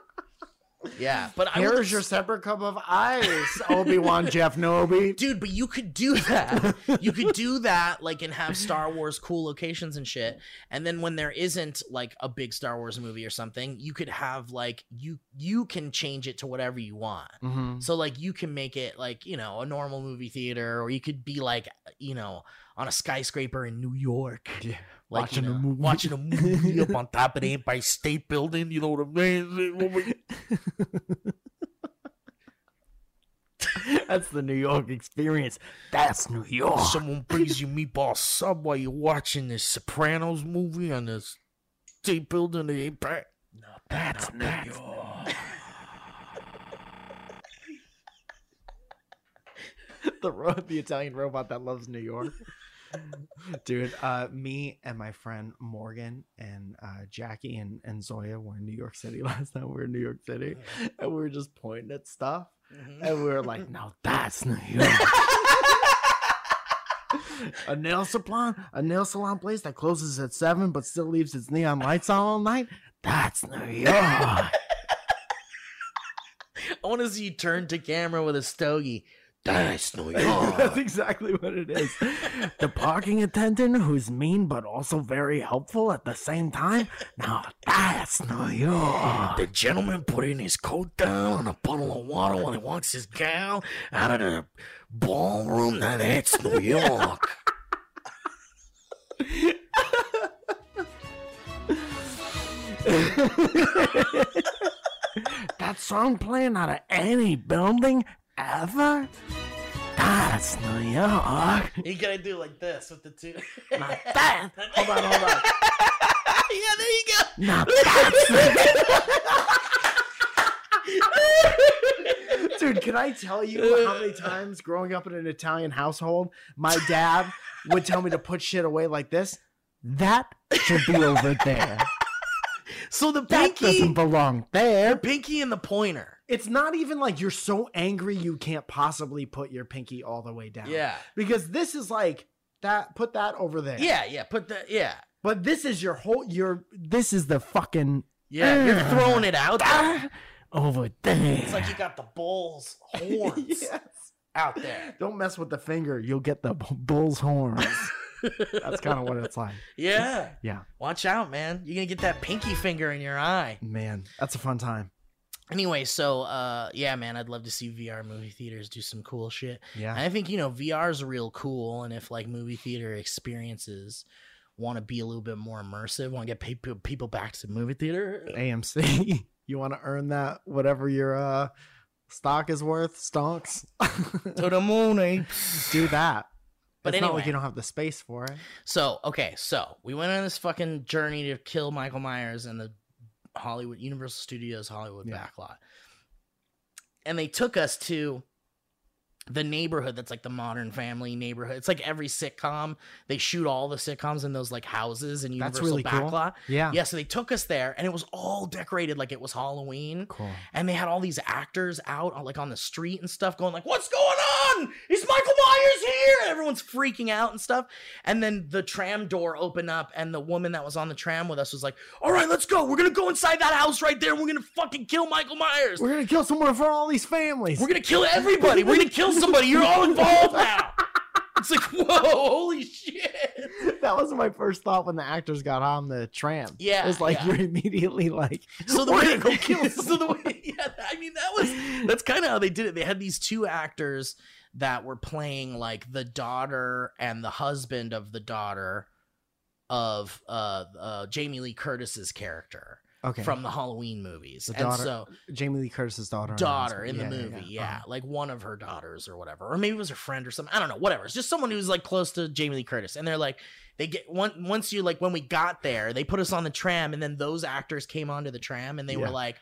S3: Yeah, but I would,
S4: Here's your separate cup of ice, Obi Wan Jeff Nobi.
S3: dude. But you could do that. you could do that, like, and have Star Wars cool locations and shit. And then when there isn't like a big Star Wars movie or something, you could have like you you can change it to whatever you want.
S4: Mhm.
S3: So like you can make it like, you know, a normal movie theater or you could be like, uh, you know, on a skyscraper in New York.
S4: Yeah,
S3: Like,
S4: watching
S3: you
S4: a
S3: know,
S4: movie.
S3: Watching a movie up on top of the Empire State Building, you know what I mean?
S4: That's the New York experience. That's New York.
S3: Someone brings you meatball sub while you're watching this Sopranos movie on this State Building the Empire. No,
S4: That's
S3: not
S4: New
S3: that.
S4: York. the ro- the Italian robot that loves New York. Dude, uh, me and my friend Morgan and uh, Jackie and, and Zoya were in New York City last time. We were in New York City and we were just pointing at stuff
S3: Mhm.
S4: and we were like, now that's New York. a nail salon, a nail salon place that closes at seven but still leaves its neon lights on all night. That's New York.
S3: I want to see you turn to camera with a stogie. That's New
S4: That's
S3: York.
S4: exactly what it is. the parking attendant who's mean but also very helpful at the same time. Now that's New York.
S3: The gentleman put in his coat down on a puddle of water while he walks his gal out of the ballroom. Now that's New York.
S4: that song playing out of any building ever? That's New York.
S3: you gotta do like this with the two.
S4: Not that. Hold on, hold on.
S3: yeah, there you go.
S4: Not that. Dude, can I tell you how many times growing up in an Italian household, my dad would tell me to put shit away like this? That should be over there.
S3: So the
S4: That doesn't
S3: pinky,
S4: belong there.
S3: pinky and the pointer.
S4: It's not even like you're so angry you can't possibly put your pinky all the way down.
S3: Yeah,
S4: Because this is like that put that over there.
S3: yeah, yeah. Put the yeah,
S4: But this is your whole your this is the fucking ah,
S3: yeah. You're throwing it out. There.
S4: over there.
S3: It's like you got the bull's horns
S4: Yes.
S3: out there.
S4: Don't mess with the finger. You'll get the bu- bull's horns. That's kind of what it's like.
S3: Yeah.
S4: Yeah.
S3: Watch out, man. You're gonna get that pinky finger in your eye.
S4: Man, that's a fun time.
S3: Anyway, so uh yeah, man, I'd love to see VR movie theaters do some cool shit.
S4: Yeah.
S3: I think, you know, VR's real cool and if like movie theater experiences want to be a little bit more immersive, want to get people people back to the movie theater.
S4: AMC. You want to earn that whatever your uh stock is worth, stonks.
S3: To the moon, eh?
S4: Do that.
S3: But
S4: it's not like
S3: anyway.
S4: you don't have the space for it.
S3: So, okay, so we went on this fucking journey to kill Michael Myers and the Hollywood Universal Studios Hollywood
S4: Yeah.
S3: backlot. And they took us to the neighborhood that's like the modern family neighborhood. It's like every sitcom, they shoot all the sitcoms in those like houses and
S4: That's
S3: Universal
S4: really cool.
S3: backlot.
S4: Yeah.
S3: Yeah, so they took us there and it was all decorated like it was Halloween.
S4: Cool.
S3: And they had all these actors out on, like on the street and stuff going like, "What's going on? Is Michael Myers here?" And everyone's freaking out and stuff. And then the tram door opened up and the woman that was on the tram with us was like, "All right, let's go. We're going to go inside that house right there. and We're going to fucking kill Michael Myers.
S4: We're gonna kill someone for all these families.
S3: We're going to kill everybody. We're going to kill somebody. You're all involved now." It's like, "Whoa, holy shit."
S4: that was my first thought when the actors got on the tram.
S3: Yeah,
S4: It's like
S3: yeah.
S4: you're immediately like
S3: So the
S4: We're
S3: way
S4: gonna go kill
S3: so the way, yeah, I mean that was that's kind of how they did it. They had these two actors that were playing like the daughter and the husband of the daughter of uh, uh Jamie Lee Curtis's character
S4: Okay.
S3: from the Halloween movies.
S4: The
S3: and
S4: daughter-
S3: so
S4: Jamie Lee Curtis's daughter. and her
S3: daughter in
S4: husband.
S3: the
S4: Yeah,
S3: movie, yeah,
S4: Uh-huh.
S3: like one of her daughters or whatever, or maybe it was her friend or something. I don't know, whatever. It's just someone who's like close to Jamie Lee Curtis, and they're like, they get one once you like when we got there, they put us on the tram, and then those actors came onto the tram, and they
S4: Yeah.
S3: were like,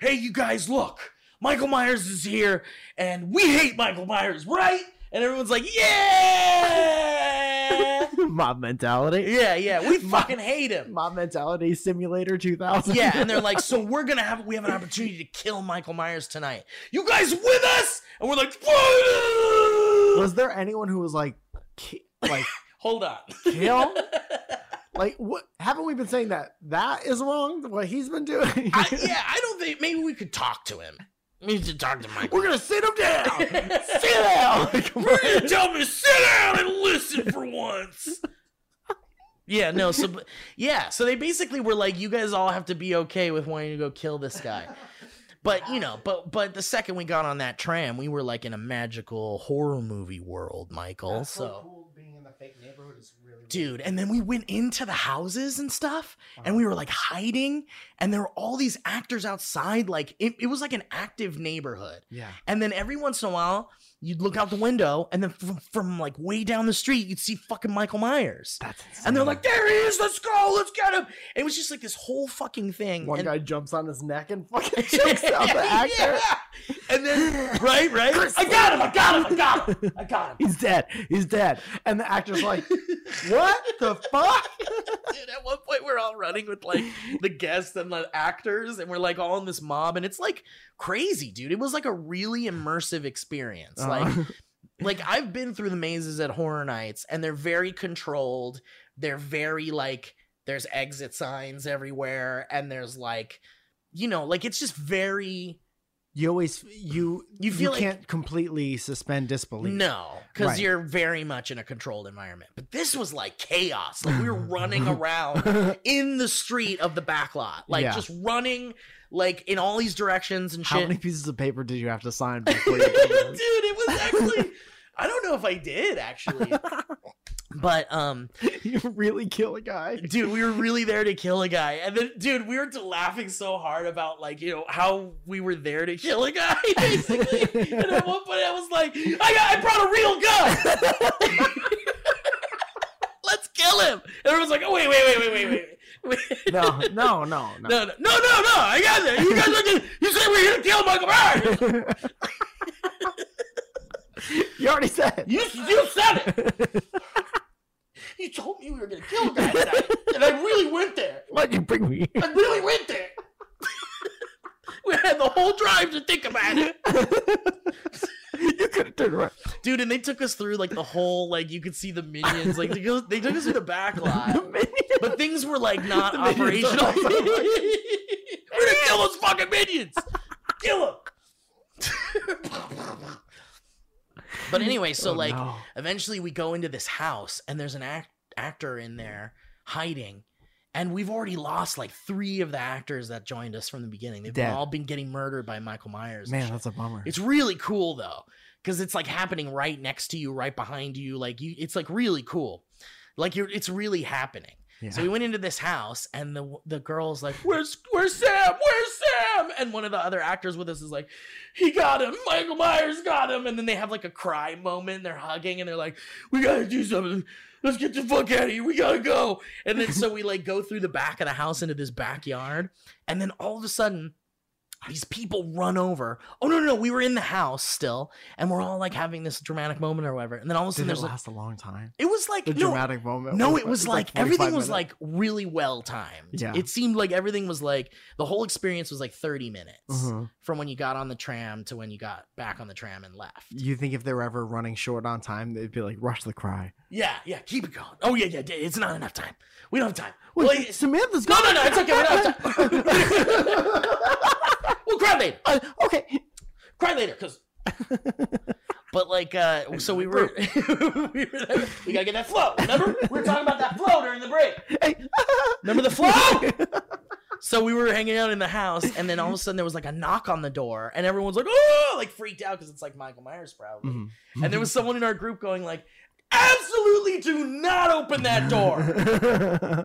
S3: "Hey, you guys, look, Michael Myers is here, and we hate Michael Myers, right?" And everyone's like, "Yeah,
S4: Uh-huh. mob mentality.
S3: yeah, yeah, we fucking hate him."
S4: Mob mentality simulator 2000.
S3: Yeah, and they're like, so we're gonna have we have an opportunity to kill Michael Myers tonight. You guys with us? And we're like,
S4: was there anyone who was like, ki- like
S3: hold on.
S4: kill? Like, what haven't we been saying that that is wrong? What he's been doing?
S3: I, yeah, I don't think maybe we could talk to him. We need to talk to Mike.
S4: We're gonna sit him down. sit down. Like,
S3: We're gonna tell him to sit down and listen for once. yeah, no, so but- yeah, so they basically were like, you guys all have to be okay with wanting to go kill this guy. But you know, but but the second we got on that tram, we were like in a magical horror movie world, Michael. so
S4: cool being in the fake neighborhood is really
S3: dude and then we went into the houses and stuff and we were like hiding and there were all these actors outside like it, it was like an active neighborhood
S4: Yeah.
S3: and then every once in a while you'd look out the window and then from, from like way down the street you'd see fucking michael myers
S4: That's insane.
S3: and they're like there he is let's go let's get him it was just like this whole fucking thing
S4: one
S3: and-
S4: guy jumps on his neck and fucking chokes out the actor.
S3: Yeah. and then right right
S4: I got him! I got him! I got him! I got him! He's dead. He's dead. And the actor's like, "What the fuck?"
S3: Dude, at one point we're all running with like the guests and the actors, and we're like all in this mob, and it's like crazy, dude. It was like a really immersive experience. Like,
S4: Uh,
S3: like I've been through the mazes at horror nights, and they're very controlled. They're very like there's exit signs everywhere, and there's like, you know, like it's just very
S4: you always you
S3: You feel like-
S4: can't completely suspend disbelief.
S3: No, because
S4: Right.
S3: you're very much in a controlled environment. But this was like chaos. Like we were running around in the street of the back lot, like
S4: Yeah.
S3: just running like in all these directions and
S4: How
S3: shit.
S4: many pieces of paper did you have to sign before
S3: Dude,
S4: you?
S3: it was actually. I don't know if I did actually, but um,
S4: you really kill a guy?
S3: dude, we were really there to kill a guy, and then dude, we were t- laughing so hard about like you know how we were there to kill a guy basically. and at one point, I was like, I got, I brought a real gun. Let's kill him. And everyone's like, oh wait, wait, wait, wait, wait, wait. wait.
S4: No, no, no,
S3: No,
S4: no.
S3: no, no, no, no! I got that. You guys are just, you said we're here to kill Michael Myers.
S4: you already said.
S3: You, you said it. You told me we were gonna kill a guy tonight, and I really went there.
S4: Why'd you bring me?
S3: I really went there. we had the whole drive to think about it.
S4: you could have turned around.
S3: Dude, and they took us through like the whole like you could see the minions. Like they, go, they took us through the back lot. But things were like not
S4: The minions are
S3: operational. We're gonna kill those fucking minions! Kill them! but anyway, so
S4: Oh,
S3: like
S4: no.
S3: eventually we go into this house and there's an act- actor in there hiding and we've already lost like three of the actors that joined us from the beginning they've
S4: Dead.
S3: all been getting murdered by michael myers and
S4: man,
S3: shit.
S4: that's a bummer.
S3: it's really cool though because it's like happening right next to you right behind you like you it's like really cool like you're it's really happening
S4: Yeah.
S3: so we went into this house, and the the girl's like, "Where's Where's Sam? Where's Sam?" And one of the other actors with us is like, "He got him. Michael Myers got him." And then they have like a cry moment. They're hugging, and they're like, "We gotta do something. Let's get the fuck out of here. We gotta go." And then so we like go through the back of the house into this backyard, and then all of a sudden. These people run over. Oh no, no, no! We were in the house still, and we're all like having this dramatic moment or whatever. And then all of a sudden,
S4: Did
S3: there's
S4: it
S3: like,
S4: last a long time?
S3: it was like
S4: The
S3: no,
S4: dramatic moment.
S3: no, it was like, everything
S4: 45
S3: was
S4: minutes.
S3: like really well timed.
S4: Yeah.
S3: It seemed like everything was like the whole experience was like 30 minutes
S4: Mhm.
S3: from when you got on the tram to when you got back on the tram and left.
S4: You think if they were ever running short on time, they'd be like, "Rush the cry."
S3: Yeah, yeah, keep it going. Oh yeah, yeah, it's not enough time. We don't have time.
S4: Wait,
S3: Well, it's-
S4: Samantha's
S3: no,
S4: gone.
S3: no, no, it's okay. We don't have time. we'll cry later.
S4: Uh, okay.
S3: Cry later, cause. but like, uh, so we were, we were there. we gotta get that flow. Remember, we were talking about that flow during the break.
S4: Hey.
S3: Remember the flow? so we were hanging out in the house, and then all of a sudden there was like a knock on the door, and everyone's like, "Oh!" Like freaked out because it's like Michael Myers probably.
S4: Mhm.
S3: And there was someone in our group going like, "Absolutely, do not open that door."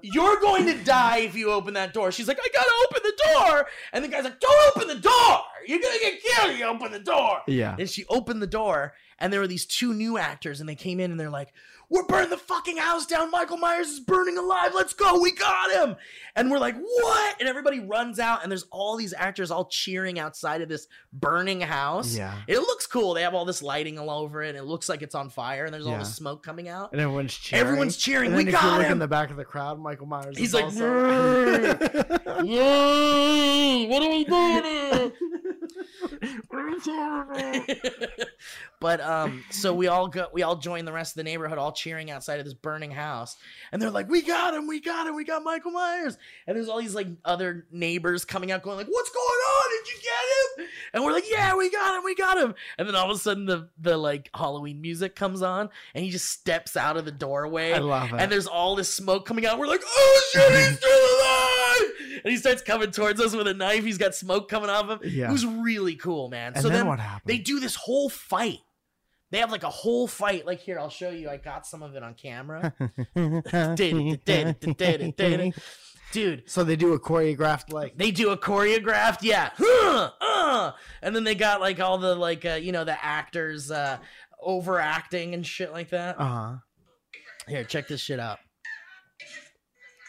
S3: You're going to die if you open that door. She's like, I gotta open the door. And the guy's like, Don't open the door. You're gonna get killed if you open the door.
S4: yeah.
S3: And she opened the door, and there were these two new actors, and they came in and they're like, We're burning the fucking house down. Michael Myers is burning alive. Let's go. We got him. And we're like, What? And everybody runs out, and there's all these actors all cheering outside of this burning house.
S4: Yeah.
S3: It looks cool. They have all this lighting all over it, and it looks like it's on fire, and there's all
S4: Yeah.
S3: this smoke coming out.
S4: And everyone's cheering.
S3: Everyone's cheering.
S4: And
S3: We
S4: then if you
S3: got
S4: look in
S3: him.
S4: the back of the crowd, Michael Myers.
S3: He's
S4: is
S3: like,
S4: also-
S3: "Yay, what do we do? now?"
S4: What are you talking about?
S3: but um so we all go we all join the rest of the neighborhood all cheering outside of this burning house and they're like we got him we got him we got michael myers and there's all these like other neighbors coming out going like what's going on did you get him and we're like yeah we got him we got him and then all of a sudden the the like halloween music comes on and he just steps out of the doorway
S4: I love it.
S3: and there's all this smoke coming out. We're like, oh shit, he's still alive! And he starts coming towards us with a knife. He's got smoke coming off him.
S4: yeah.
S3: It was really cool, man.
S4: and
S3: so
S4: then,
S3: then,
S4: what happened?
S3: they do this whole fight. They have like a whole fight. Like here, I'll show you. I got some of it on camera, dude.
S4: so they do a choreographed like
S3: They do a choreographed, yeah, huh, uh, and then they got like all the like uh, you know the actors uh, overacting and shit like that.
S4: uh-huh.
S3: Here, check this shit out.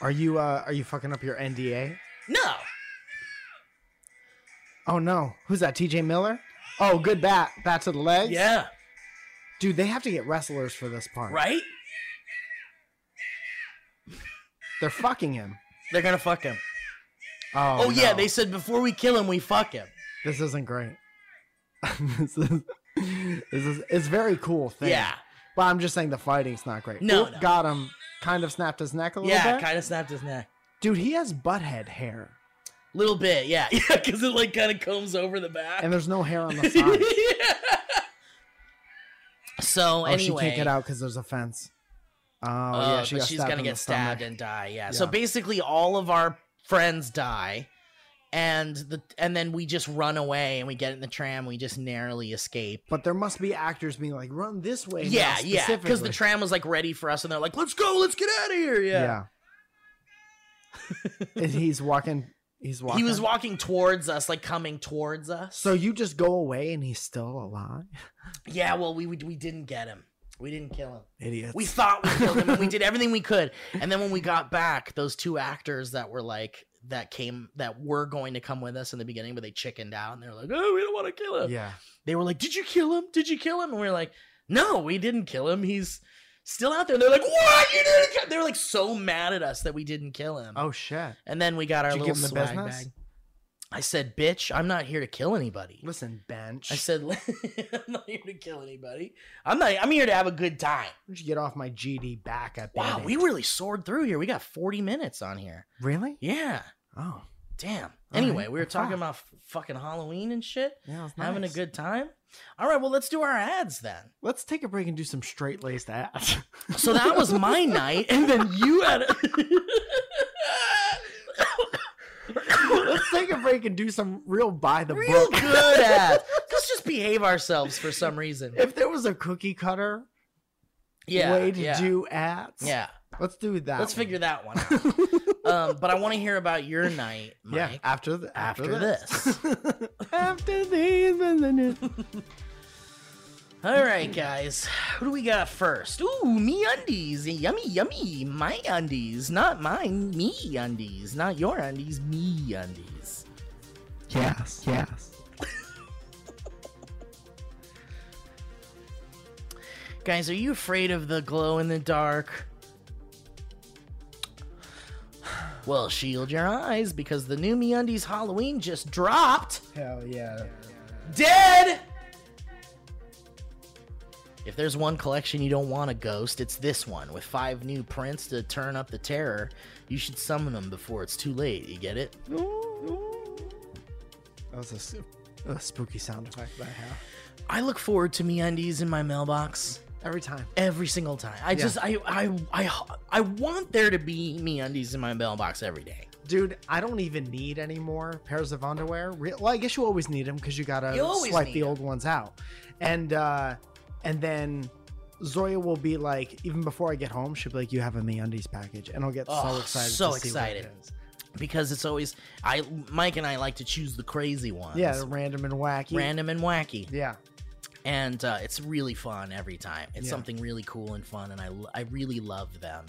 S4: Are you uh are you fucking up your NDA?
S3: No,
S4: Oh no. Who's that? TJ Miller? Oh, good bat. Bat to the legs.
S3: yeah,
S4: Dude, they have to get wrestlers for this part.
S3: right.
S4: They're fucking him.
S3: They're gonna fuck him.
S4: Oh,
S3: Oh, yeah,
S4: no.
S3: they said before we kill him, we fuck him.
S4: This isn't great. this is this is it's very cool thing.
S3: Yeah,
S4: But I'm just saying the fighting's not great.
S3: No,
S4: Oop,
S3: no.
S4: Got him. Kind of snapped his neck a little
S3: yeah,
S4: bit.
S3: kind of snapped his neck.
S4: Dude, he has butthead hair.
S3: Little bit, yeah, yeah, because it like kind of combs over the back.
S4: And there's no hair on the side.
S3: Yeah. So
S4: oh,
S3: anyway,
S4: she can't get out because there's a fence. Oh,
S3: uh,
S4: yeah, she
S3: but
S4: got
S3: she's
S4: stabbed
S3: gonna
S4: in
S3: get
S4: the
S3: stabbed
S4: stomach.
S3: and die. Yeah. So
S4: Yeah.
S3: basically, all of our friends die, and the and then we just run away and we get in the tram. We just narrowly escape.
S4: But there must be actors being like, run this way. now,
S3: Yeah, yeah, because the
S4: specifically."
S3: tram was like ready for us, and they're like, "Let's go, let's get out of here."
S4: Yeah. and he's walking. He's walking.
S3: He was walking towards us, like coming towards us.
S4: So you just go away and he's still alive?
S3: yeah, well, we we, we didn't get him. We didn't kill him.
S4: Idiots.
S3: We thought we killed him, and we did everything we could. And then when we got back, those two actors that were like that came that were going to come with us in the beginning, but they chickened out, and they're like, "Oh, we don't want to kill him."
S4: yeah.
S3: They were like, "Did you kill him? Did you kill him?" And we are like, "No, we didn't kill him. He's still out there." And they're like, "What? You didn't?" Kill-? They were like so mad at us that we didn't kill him.
S4: Oh, shit.
S3: And then we got our
S4: Did you
S3: little
S4: give him the
S3: swag
S4: business?
S3: bag. I said, "Bitch, I'm not here to kill anybody."
S4: Listen, bench.
S3: I said, "I'm not here to kill anybody. I'm not. I'm here to have a good time."
S4: Why don't you get off my GD back at
S3: Wow,
S4: Band-Aid?
S3: we really soared through here. We got 40 minutes on here.
S4: Really?
S3: Yeah,
S4: Oh.
S3: damn.
S4: right,
S3: Anyway, we were
S4: that's
S3: talking
S4: fine.
S3: about f- fucking Halloween and shit,
S4: Yeah, it's
S3: having a
S4: nice.
S3: good time. All right, well, let's do our ads then.
S4: Let's take a break and do some straight laced ass.
S3: So that was my night, and then you had.
S4: Let's take a break and do some real by the
S3: Real
S4: book.
S3: good ads. Let's just behave ourselves for some reason.
S4: If there was a cookie cutter
S3: Yeah.
S4: way to
S3: yeah.
S4: do ads,
S3: Yeah.
S4: let's do that.
S3: Let's
S4: one.
S3: figure that one out. um, but I want to hear about your night,
S4: Yeah,
S3: Mike.
S4: after the, after,
S3: After
S4: this. after these minutes.
S3: All right, guys. What do we got first? Ooh, me undies. Yummy, yummy. My undies. Not mine. Me undies. Not your undies. Me undies.
S4: Yes, yes.
S3: Guys, are you afraid of the glow in the dark? Well, shield your eyes because the new MeUndies Halloween just dropped.
S4: Hell yeah.
S3: Dead. If there's one collection you don't want a ghost, it's this one with five new prints to turn up the terror. You should summon them before it's too late. You get it?
S4: That was a, sp- a spooky sound effect that I have.
S3: I look forward to MeUndies in my mailbox
S4: Every time.
S3: every single time. I
S4: Yeah.
S3: just I I I I want there to be MeUndies in my mailbox every day.
S4: Dude, I don't even need any more pairs of underwear. Re- Well, I guess you always need them because you gotta
S3: You always
S4: swipe
S3: need
S4: the
S3: 'em.
S4: old ones out. And uh and then Zoya will be like, even before I get home, she'll be like, "You have a MeUndies package," and I'll get
S3: Oh,
S4: so excited.
S3: so
S4: to see what it
S3: excited.
S4: is.
S3: because it's always I Mike and I like to choose the crazy ones.
S4: Yeah, random and wacky.
S3: Random and wacky.
S4: Yeah.
S3: and uh, it's really fun every time. It's
S4: Yeah.
S3: something really cool and fun, and I lo- I really love them.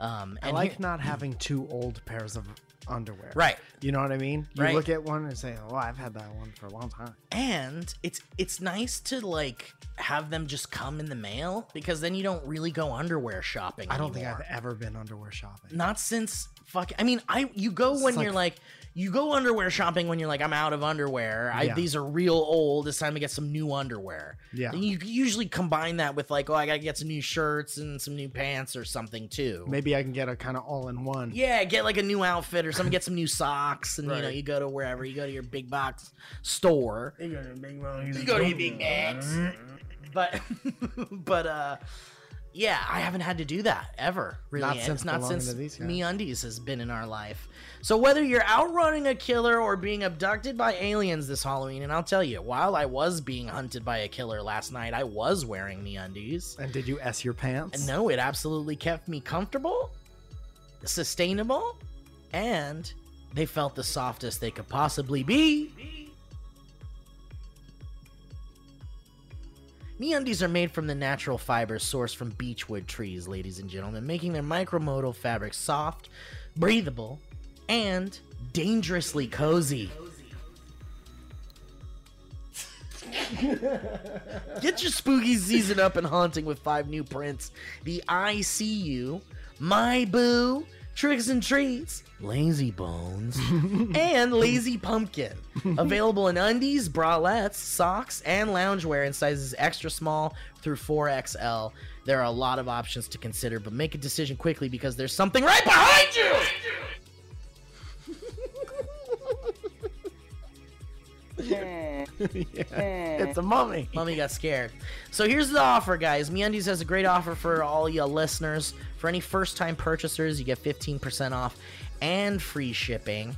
S3: Um,
S4: I
S3: and
S4: like
S3: here-
S4: not having two old pairs of underwear.
S3: right,
S4: You know what I mean? You
S3: Right.
S4: look at one and say, "Oh, I've had that one for a long time."
S3: and it's it's nice to like have them just come in the mail because then you don't really go underwear shopping.
S4: I don't think
S3: anymore.
S4: I've ever been underwear shopping.
S3: not since fuck i mean i you go when
S4: like-
S3: you're like you go underwear shopping when you're like i'm out of underwear I,
S4: Yeah.
S3: these are real old it's time to get some new underwear
S4: Yeah.
S3: and you usually combine that with like oh i gotta get some new shirts and some new pants or something too
S4: Maybe I can get a kind of all-in-one.
S3: yeah get like a new outfit or something get some new socks and you know
S4: Right.
S3: you go to wherever you go to your big box store you go to your big box but but uh yeah, I haven't had to do that ever. Really,
S4: Not
S3: And
S4: since
S3: it's not
S4: belonging
S3: since
S4: to these guys.
S3: me undies has been in our life. So whether you're outrunning a killer or being abducted by aliens this Halloween, and I'll tell you, while I was being hunted by a killer last night, I was wearing me undies.
S4: And did you s your pants?
S3: And no, it absolutely kept me comfortable, sustainable, and they felt the softest they could possibly be. Meundies are made from the natural fibers sourced from beechwood trees, ladies and gentlemen, making their micromodal fabric soft, breathable, and dangerously cozy. Get your spooky season up and haunting with five new prints. The I See You, My Boo, Tricks and Treats, Lazy Bones, and Lazy Pumpkin. Available in undies, bralettes, socks, and loungewear in sizes extra small through 4XL. There are a lot of options to consider, but make a decision quickly because there's something right behind you!
S4: yeah. It's a mummy.
S3: Mummy got scared. So here's the offer, guys. MeUndies has a great offer for all you listeners. For any first-time purchasers, you get 15% off and free shipping.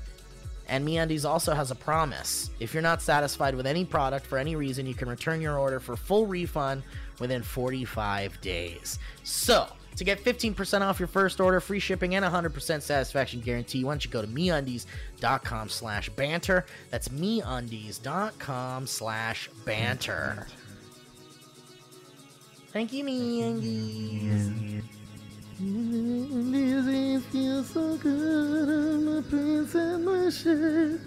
S3: And MeUndies also has a promise. If you're not satisfied with any product for any reason, you can return your order for full refund within 45 days. So, to get 15% off your first order, free shipping, and 100% satisfaction guarantee, why don't you go to MeUndies.com slash banter. That's MeUndies.com slash banter. Thank you, MeUndies. MeUndies, it feels so good on my pants and my shirt.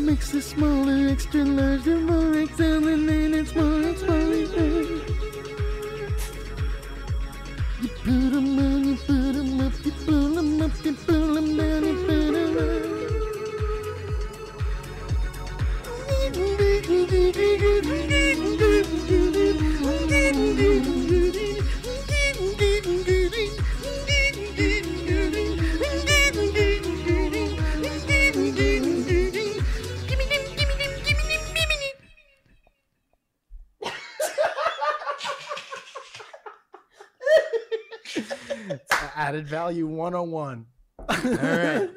S6: makes it smaller, extra large, and more XL, and then it's more XL. You put 'em on, you put 'em up, you pull 'em up, you pull 'em down, you put 'em
S4: Added value 101.
S3: All right.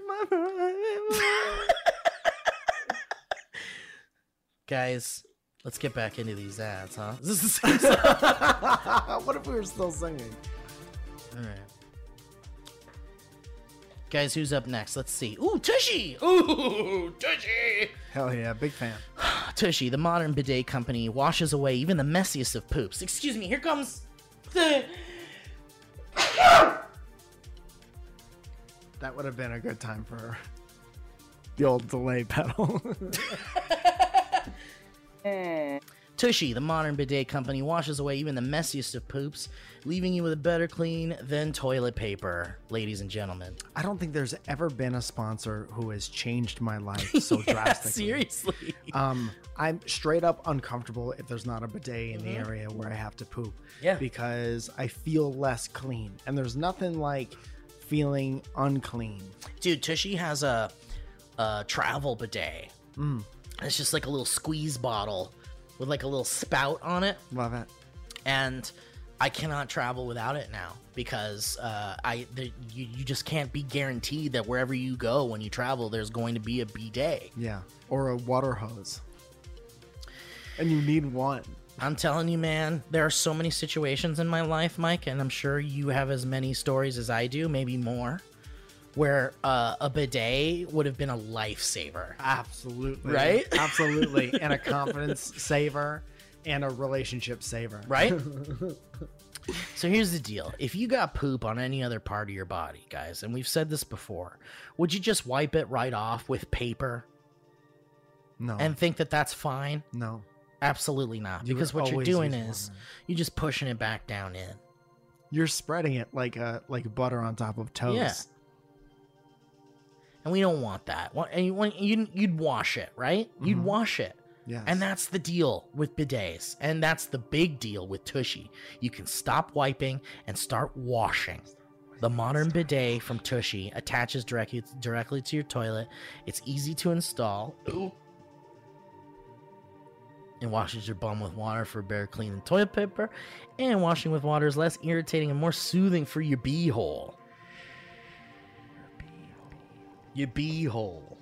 S3: Guys, let's get back into these ads, huh? Is this the same song?
S4: what if we were still singing?
S3: All right. Guys, who's up next? Let's see. Ooh, Tushy! Ooh, Tushy!
S4: Hell yeah, big fan.
S3: Ah, Tushy, the modern bidet company, washes away even the messiest of poops. Excuse me, here comes the.
S4: That would have been a good time for her. The old delay pedal.
S3: Tushy, the modern bidet company, washes away even the messiest of poops, leaving you with a better clean than toilet paper, ladies and gentlemen.
S4: I don't think there's ever been a sponsor who has changed my life so drastically.
S3: Seriously.
S4: Um, I'm straight up uncomfortable if there's not a bidet in the area where I have to poop.
S3: Yeah.
S4: Because I feel less clean. And there's nothing like feeling unclean.
S3: Dude, Tushy has a, a travel bidet
S4: Mm,
S3: It's just like a little squeeze bottle with like a little spout on it.
S4: love it.
S3: and I cannot travel without it now because uh, I the, you, you just can't be guaranteed that wherever you go when you travel there's going to be a bidet.
S4: Yeah. Or a water hose. And you need one.
S3: I'm telling you, man, there are so many situations in my life, Mike, and I'm sure you have as many stories as I do, maybe more, where uh, a bidet would have been a lifesaver.
S4: Absolutely.
S3: Right?
S4: Absolutely. and a confidence saver and a relationship saver.
S3: right? so here's the deal. If you got poop on any other part of your body, guys, and we've said this before, would you just wipe it right off with paper
S4: No.
S3: and think that that's fine?
S4: no.
S3: Absolutely not.
S4: Oh. You
S3: Because
S4: would
S3: what you're
S4: always
S3: doing
S4: use
S3: is
S4: water.
S3: you're just pushing it back down in.
S4: you're spreading it like a like butter on top of toast.
S3: Yeah. And we don't want that. Wa- And you want, you'd, you'd wash it, right? You'd
S4: Mhm.
S3: wash it.
S4: Yes.
S3: And that's the deal with bidets. And that's the big deal with Tushy. You can stop wiping and start washing. The modern bidet from Tushy attaches directly directly to your toilet. It's easy to install. It washes your bum with water for better cleaning toilet paper, and washing with water is less irritating and more soothing for your bee hole. Your bee hole.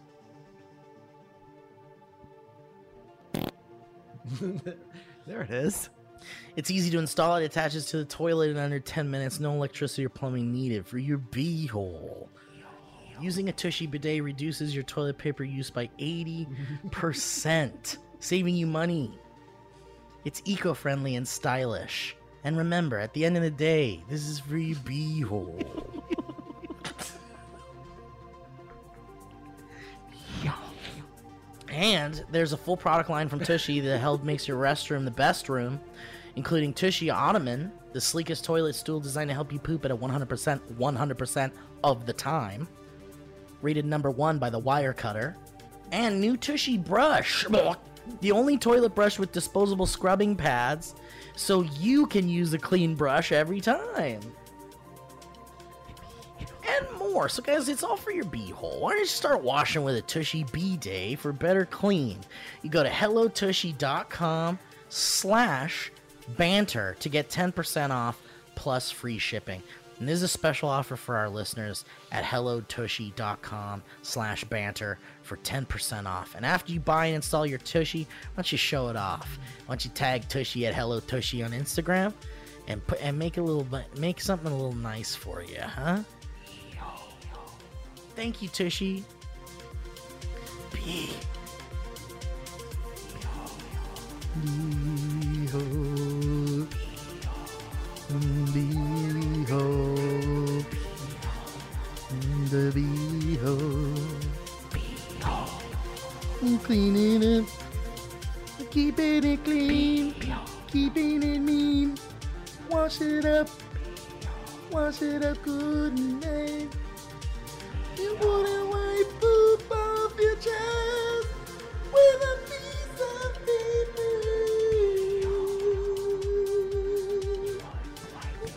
S4: there it is.
S3: It's easy to install. It attaches to the toilet in under 10 minutes. No electricity or plumbing needed for your bee hole. Using a Tushy bidet reduces your toilet paper use by 80%, saving you money. It's eco friendly and stylish. And remember, at the end of the day, this is for your bee hole. And there's a full product line from Tushy that help makes your restroom the best room, including Tushy Ottoman, the sleekest toilet stool designed to help you poop at a 100% 100% of the time. Rated number 1 by the Wire Cutter, and new Tushy brush. The only toilet brush with disposable scrubbing pads, so you can use a clean brush every time. And more. So, guys, it's all for your bee hole. Why don't you start washing with a Tushy Bee Day for better clean? You go to hellotushy.com slash banter to get 10% off plus free shipping. And this is a special offer for our listeners at hellotushy.com slash banter for 10% off. And after you buy and install your Tushy, why don't you show it off? Why don't you tag Tushy at hello Tushy on Instagram and put and make a little bit- make something a little nice for you, huh? Thank you, Tushy. Bee.
S6: Cleaning it. Keeping it clean. Keeping it mean. Wash it up. Wash it up good and nice. You wouldn't wipe poop off your chest with a piece of paper.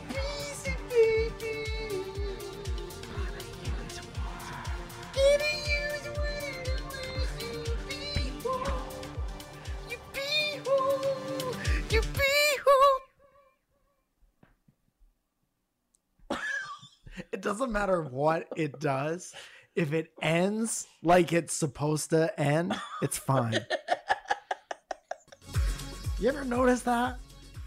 S6: Piece of paper. Gotta use words, you beehole. You beehole. You beehole.
S4: It doesn't matter what it does. If it ends like it's supposed to end, it's fine. you ever notice that?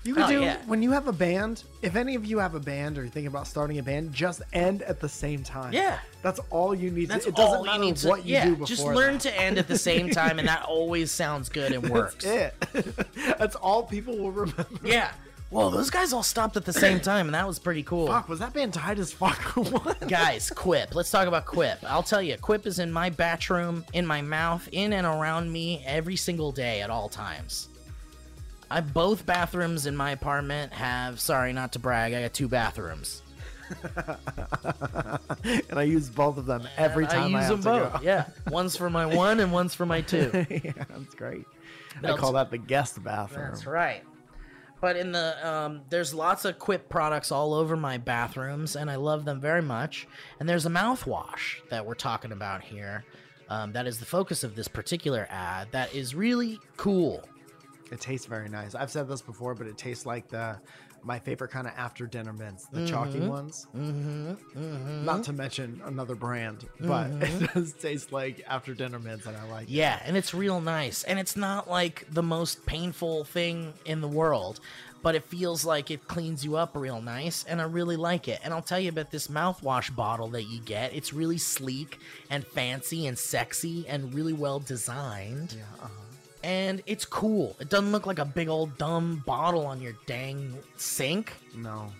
S4: You can
S3: Oh,
S4: do
S3: yeah.
S4: when you have a band. If any of you have a band or you're thinking about starting a band, just end at the same time.
S3: Yeah.
S4: that's all you need.
S3: That's
S4: to, it doesn't
S3: all you
S4: matter
S3: need to
S4: what you
S3: yeah,
S4: do before.
S3: Just learn
S4: that.
S3: to end at the same time, and that always sounds good and works.
S4: That's it. that's all people will remember.
S3: Yeah. Whoa, those guys all stopped at the same time, and that was pretty cool.
S4: Fuck, was that band tied as fuck or what?
S3: Guys, Quip. Let's talk about Quip. I'll tell you, Quip is in my bathroom, in my mouth, in and around me every single day at all times. I both bathrooms in my apartment have. Sorry, not to brag. I got two bathrooms.
S4: and I use both of them every
S3: And
S4: time I,
S3: I use
S4: have
S3: them
S4: to
S3: both. Yeah, one's for my one and one's for my two.
S4: go. yeah, that's great. I
S3: That's-
S4: call that the guest bathroom.
S3: That's right. But in the um, there's lots of Quip products all over my bathrooms, and I love them very much. And there's a mouthwash that we're talking about here um, that is the focus of this particular ad that is really cool.
S4: It tastes very nice. I've said this before, but it tastes like the my favorite kind of after dinner mints, the chalky
S3: Mhm.
S4: ones.
S3: Mm-hmm, mm-hmm.
S4: Not to mention another brand, but it does taste like after dinner mints, and I like. it.
S3: Yeah, and it's real nice. And it's not like the most painful thing in the world, but it feels like it cleans you up real nice. And I really like it. And I'll tell you about this mouthwash bottle that you get. It's really sleek and fancy and sexy and really well designed.
S4: Yeah. uh-huh.
S3: And it's cool. It doesn't look like a big old dumb bottle on your dang sink.
S4: No.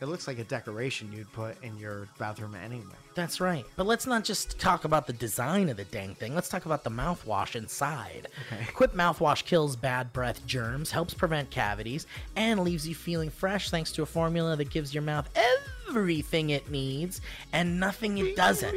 S4: It looks like a decoration you'd put in your bathroom anyway.
S3: That's right. But let's not just talk about the design of the dang thing. Let's talk about the mouthwash inside.
S4: Okay.
S3: Quip mouthwash kills bad breath germs, helps prevent cavities, and leaves you feeling fresh thanks to a formula that gives your mouth everything it needs and nothing it doesn't.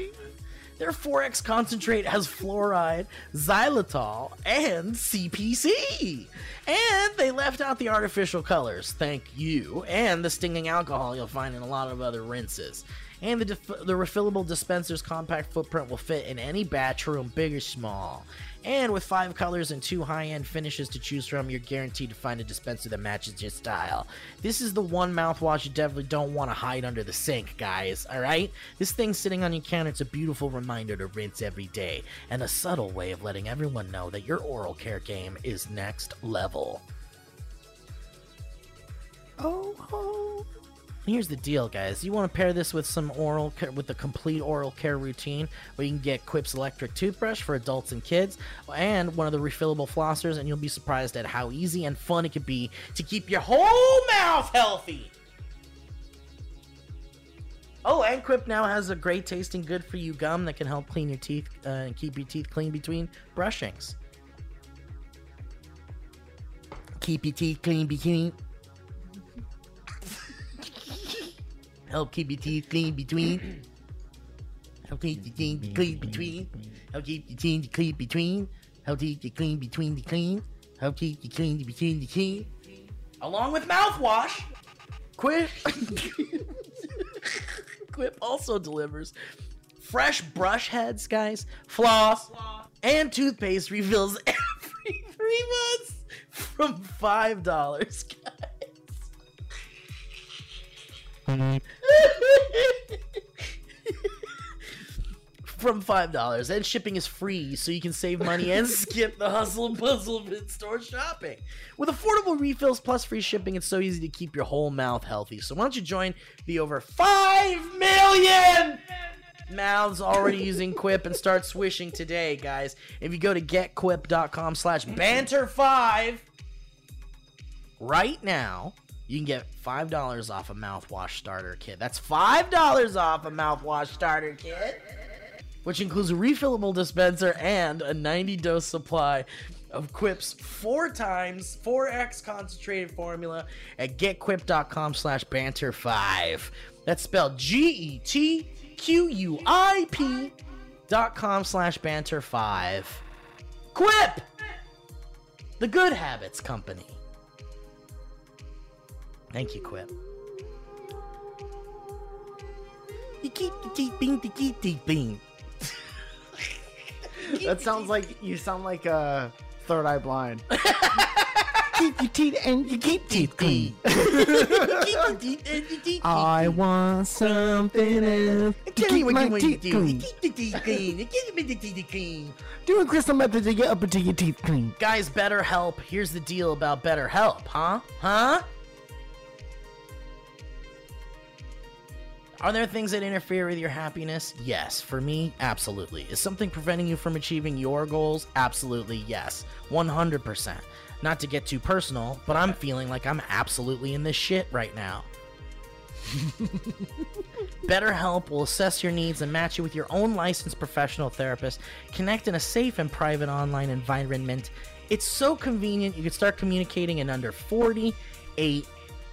S3: Their 4X concentrate has fluoride, xylitol, and CPC. And they left out the artificial colors, thank you, and the stinging alcohol you'll find in a lot of other rinses. And the, def- the refillable dispenser's compact footprint will fit in any batch room, big or small. And with five colors and two high end finishes to choose from, you're guaranteed to find a dispenser that matches your style. This is the one mouthwash you definitely don't want to hide under the sink, guys, alright? This thing sitting on your counter is a beautiful reminder to rinse every day, and a subtle way of letting everyone know that your oral care game is next level.
S4: Oh, oh.
S3: Here's the deal, guys. You want to pair this with some oral care, with the complete oral care routine, where you can get Quip's electric toothbrush for adults and kids, and one of the refillable flossers, and you'll be surprised at how easy and fun it could be to keep your whole mouth healthy. Oh, and Quip now has a great tasting, good for you gum that can help clean your teeth uh, and keep your teeth clean between brushings. Keep your teeth clean between Help keep your teeth clean between. Help keep your teeth clean between. Help keep your teeth clean between. Help keep you clean between the clean. Help keep you clean between the clean. Along with mouthwash, Quip. Quip also delivers fresh brush heads, guys, floss, and toothpaste refills every three months from five dollars, guys. From five dollars, and shipping is free, so you can save money and skip the hustle and bustle of in-store shopping. With affordable refills plus free shipping, it's so easy to keep your whole mouth healthy. So why don't you join the over five million mouths already using Quip and start swishing today, guys? If you go to getquip.com/banter5 right now, you can get five dollars off a mouthwash starter kit. That's five dollars off a mouthwash starter kit, which includes a refillable dispenser and a 90 dose supply of Quip's four times 4x concentrated formula at getquip.com slash banter five. That's spelled E G-E-T-Q-U-I-P dot com slash banter five. Quip! The Good Habits Company. Thank you, Quip.
S4: That sounds like you sound like a third eye blind. keep your teeth and you keep teeth clean. I want something else to keep my teeth clean. Doing crystal method to get up into your teeth clean.
S3: Guys, BetterHelp. Here's the deal about BetterHelp, huh? Huh? Are there things that interfere with your happiness? Yes. For me, absolutely. Is something preventing you from achieving your goals? Absolutely, yes. 100%. Not to get too personal, but I'm feeling like I'm absolutely in this shit right now. BetterHelp will assess your needs and match you with your own licensed professional therapist. Connect in a safe and private online environment. It's so convenient. You can start communicating in under 48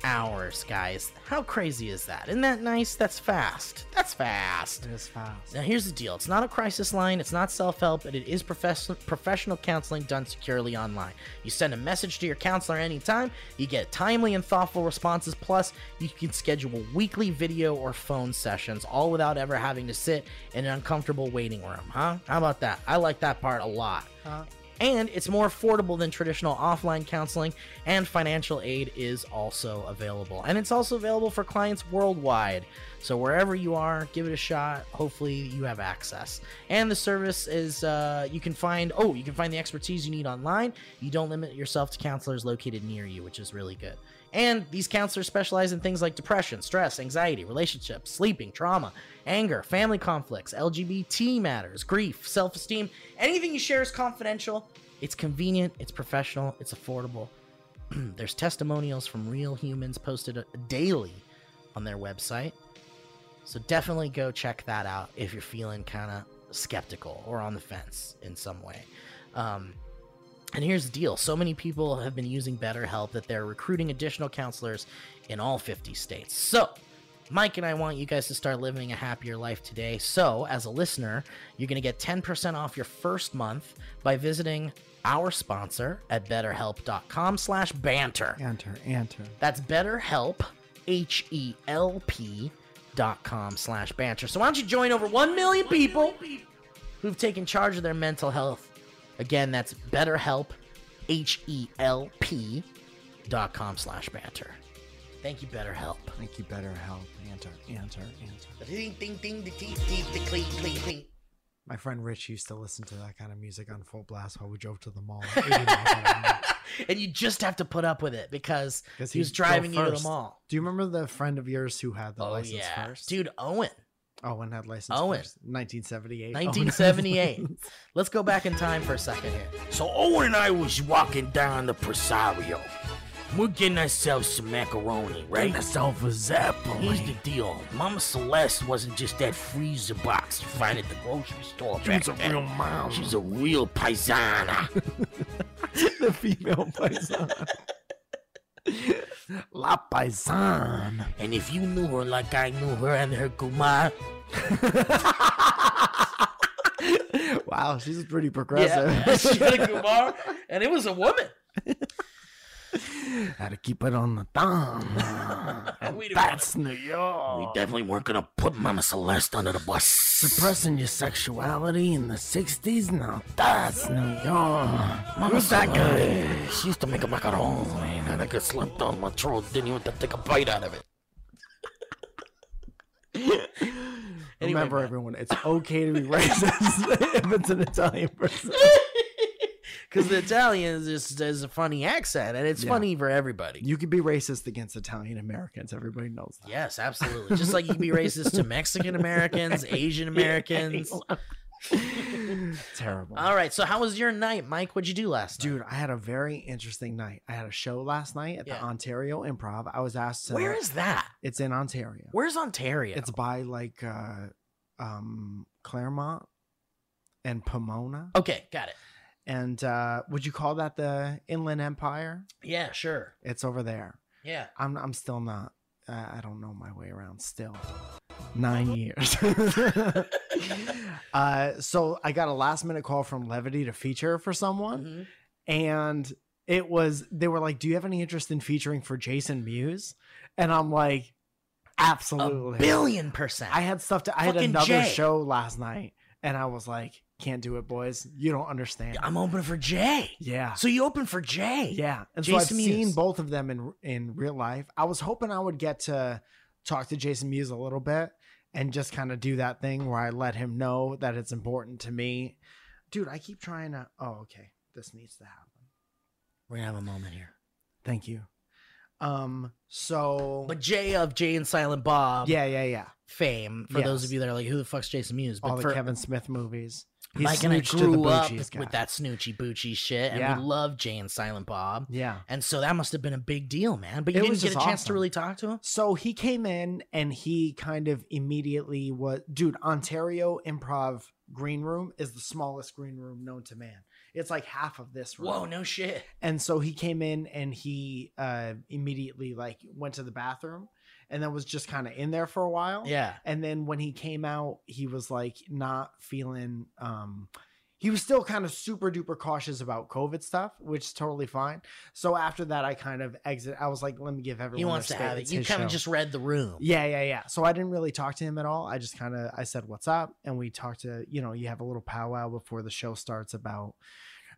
S3: hours, guys. How crazy is that? Isn't that nice? That's fast. That's fast.
S4: It is fast.
S3: Now, here's the deal it's not a crisis line, it's not self help, but it is profess- professional counseling done securely online. You send a message to your counselor anytime, you get timely and thoughtful responses, plus, you can schedule weekly video or phone sessions, all without ever having to sit in an uncomfortable waiting room, huh? How about that? I like that part a lot.
S4: Huh?
S3: And it's more affordable than traditional offline counseling, and financial aid is also available. And it's also available for clients worldwide. So wherever you are, give it a shot. Hopefully, you have access. And the service is uh, you can find oh you can find the expertise you need online. You don't limit yourself to counselors located near you, which is really good. And these counselors specialize in things like depression, stress, anxiety, relationships, sleeping, trauma, anger, family conflicts, LGBT matters, grief, self esteem. Anything you share is confidential. It's convenient, it's professional, it's affordable. There's testimonials from real humans posted uh, daily on their website. So definitely go check that out if you're feeling kind of skeptical or on the fence in some way. Um, and here's the deal so many people have been using BetterHelp that they're recruiting additional counselors in all 50 states. So, Mike and I want you guys to start living a happier life today. So, as a listener, you're going to get 10% off your first month by visiting our sponsor at betterhelp.com slash banter.
S4: Enter, enter.
S3: That's BetterHelp, H E L P dot com slash banter. So why don't you join over 1 million people who've taken charge of their mental health? Again, that's BetterHelp, H E L P dot com slash banter. Thank you, BetterHelp.
S4: Thank you, BetterHelp. Enter, enter, enter.
S3: Ding, ding, ding, ding, ding, ding, ding, cling, cling, cling.
S4: My friend Rich used to listen to that kind of music on full blast while we drove to the mall. 80 miles an hour.
S3: And you just have to put up with it because
S4: 'Cause
S3: he was
S4: he'd go
S3: driving you to the
S4: first.
S3: mall.
S4: Do you remember the friend of yours who had the
S3: Oh,
S4: license
S3: yeah.
S4: first?
S3: Dude, Owen.
S4: Owen had license
S3: Owen.
S4: first. 1978. Owen had
S3: 1978.
S4: license.
S3: Let's go back in time for a second here.
S7: So Owen and I was walking down the Presario. We're getting ourselves some macaroni, right? Getting ourselves a zapper. Here's the deal. Mama Celeste wasn't just that freezer box you find at the grocery store She's back a then. real mom. She's a real paisana.
S4: the female paisan. La paisan.
S7: and if you knew her like I knew her and her kumar,
S4: Wow, she's pretty progressive.
S3: Yeah, she had a Kumar, and it was a woman.
S4: How to keep it on the thumb.
S3: We didn't
S4: That's New York.
S7: we definitely weren't gonna put Mama Celeste under the bus.
S4: Suppressing your sexuality in the 60s? Now that's New York.
S7: Mama's that good. She used to make a macaron, man, and I got slipped on my throat. Didn't even have to take a bite out of it.
S3: Anyway,
S4: Remember,
S3: Matt.
S4: everyone, it's okay to be racist if it's an Italian person.
S3: Because the Italian is, is a funny accent, and it's
S4: Yeah.
S3: funny for everybody.
S4: You could be racist against Italian Americans. Everybody knows that.
S3: yes, absolutely. Just like you can be racist to Mexican Americans, Asian Americans.
S4: Terrible.
S3: All right, so how was your night, Mike? What'd you do last night?
S4: Dude, I had a very interesting night. I had a show last night at
S3: Yeah.
S4: the Ontario Improv. I was asked to.
S3: where is that?
S4: It's in Ontario.
S3: Where's Ontario?
S4: uh, It's by like uh, um, Claremont and Pomona.
S3: okay, got it.
S4: And uh, would you call that the Inland Empire?
S3: Yeah, sure.
S4: It's over there.
S3: Yeah.
S4: I'm I'm still not. Uh, I don't know my way around. Still, nine years. uh, so I got a last minute call from Levity to feature for someone,
S3: Mhm.
S4: and it was they were like, "Do you have any interest in featuring for Jason Mewes?" And I'm like,
S3: A
S4: "Absolutely."
S3: billion percent.
S4: I had stuff to. I had
S3: Fucking
S4: another
S3: Jay.
S4: show last night, and I was like, "Can't do it, boys. You don't understand."
S3: I'm open for Jay.
S4: yeah.
S3: So you open for Jay.
S4: Yeah, and so I've
S3: Jason
S4: seen
S3: Mewes.
S4: both of them in in real life. I was hoping I would get to talk to Jason Mewes a little bit and just kind of do that thing where I let him know that it's important to me. Dude, I keep trying to. Oh, okay, this needs to happen.
S3: We're gonna have a moment here.
S4: Thank you. Um. So.
S3: But Jay of Jay and Silent Bob
S4: yeah, yeah, yeah.
S3: fame. For those
S4: Yes.
S3: of you that are like, who the fuck's Jason Mewes?
S4: All
S3: But
S4: the
S3: for
S4: Kevin Smith movies. He
S3: Mike and I
S4: snooched to the
S3: grew up
S4: Boochies guy.
S3: with that snoochie boochy shit, and
S4: Yeah.
S3: we loved Jay and Silent Bob,
S4: Yeah.
S3: and so that must have been a big deal, man. But you
S4: It
S3: didn't
S4: was
S3: get a
S4: just
S3: chance to
S4: awesome.
S3: really talk to him.
S4: So he came in and he kind of immediately was, dude, Ontario Improv Green Room is the smallest green room known to man. It's like half of this room.
S3: Whoa, no shit.
S4: And so he came in and he uh, immediately like went to the bathroom and then was just kind of in there for a while.
S3: Yeah.
S4: And then when he came out, he was like not feeling um he was still kind of super duper cautious about COVID stuff, which is totally fine. So after that I kind of exit I was like, let me give everyone
S3: He wants to
S4: their
S3: have
S4: space.
S3: it.
S4: It's
S3: You
S4: his
S3: kind of
S4: show.
S3: just read the room.
S4: Yeah, yeah, yeah. So I didn't really talk to him at all. I just kind of I said what's up, and we talked to you know you have a little powwow before the show starts about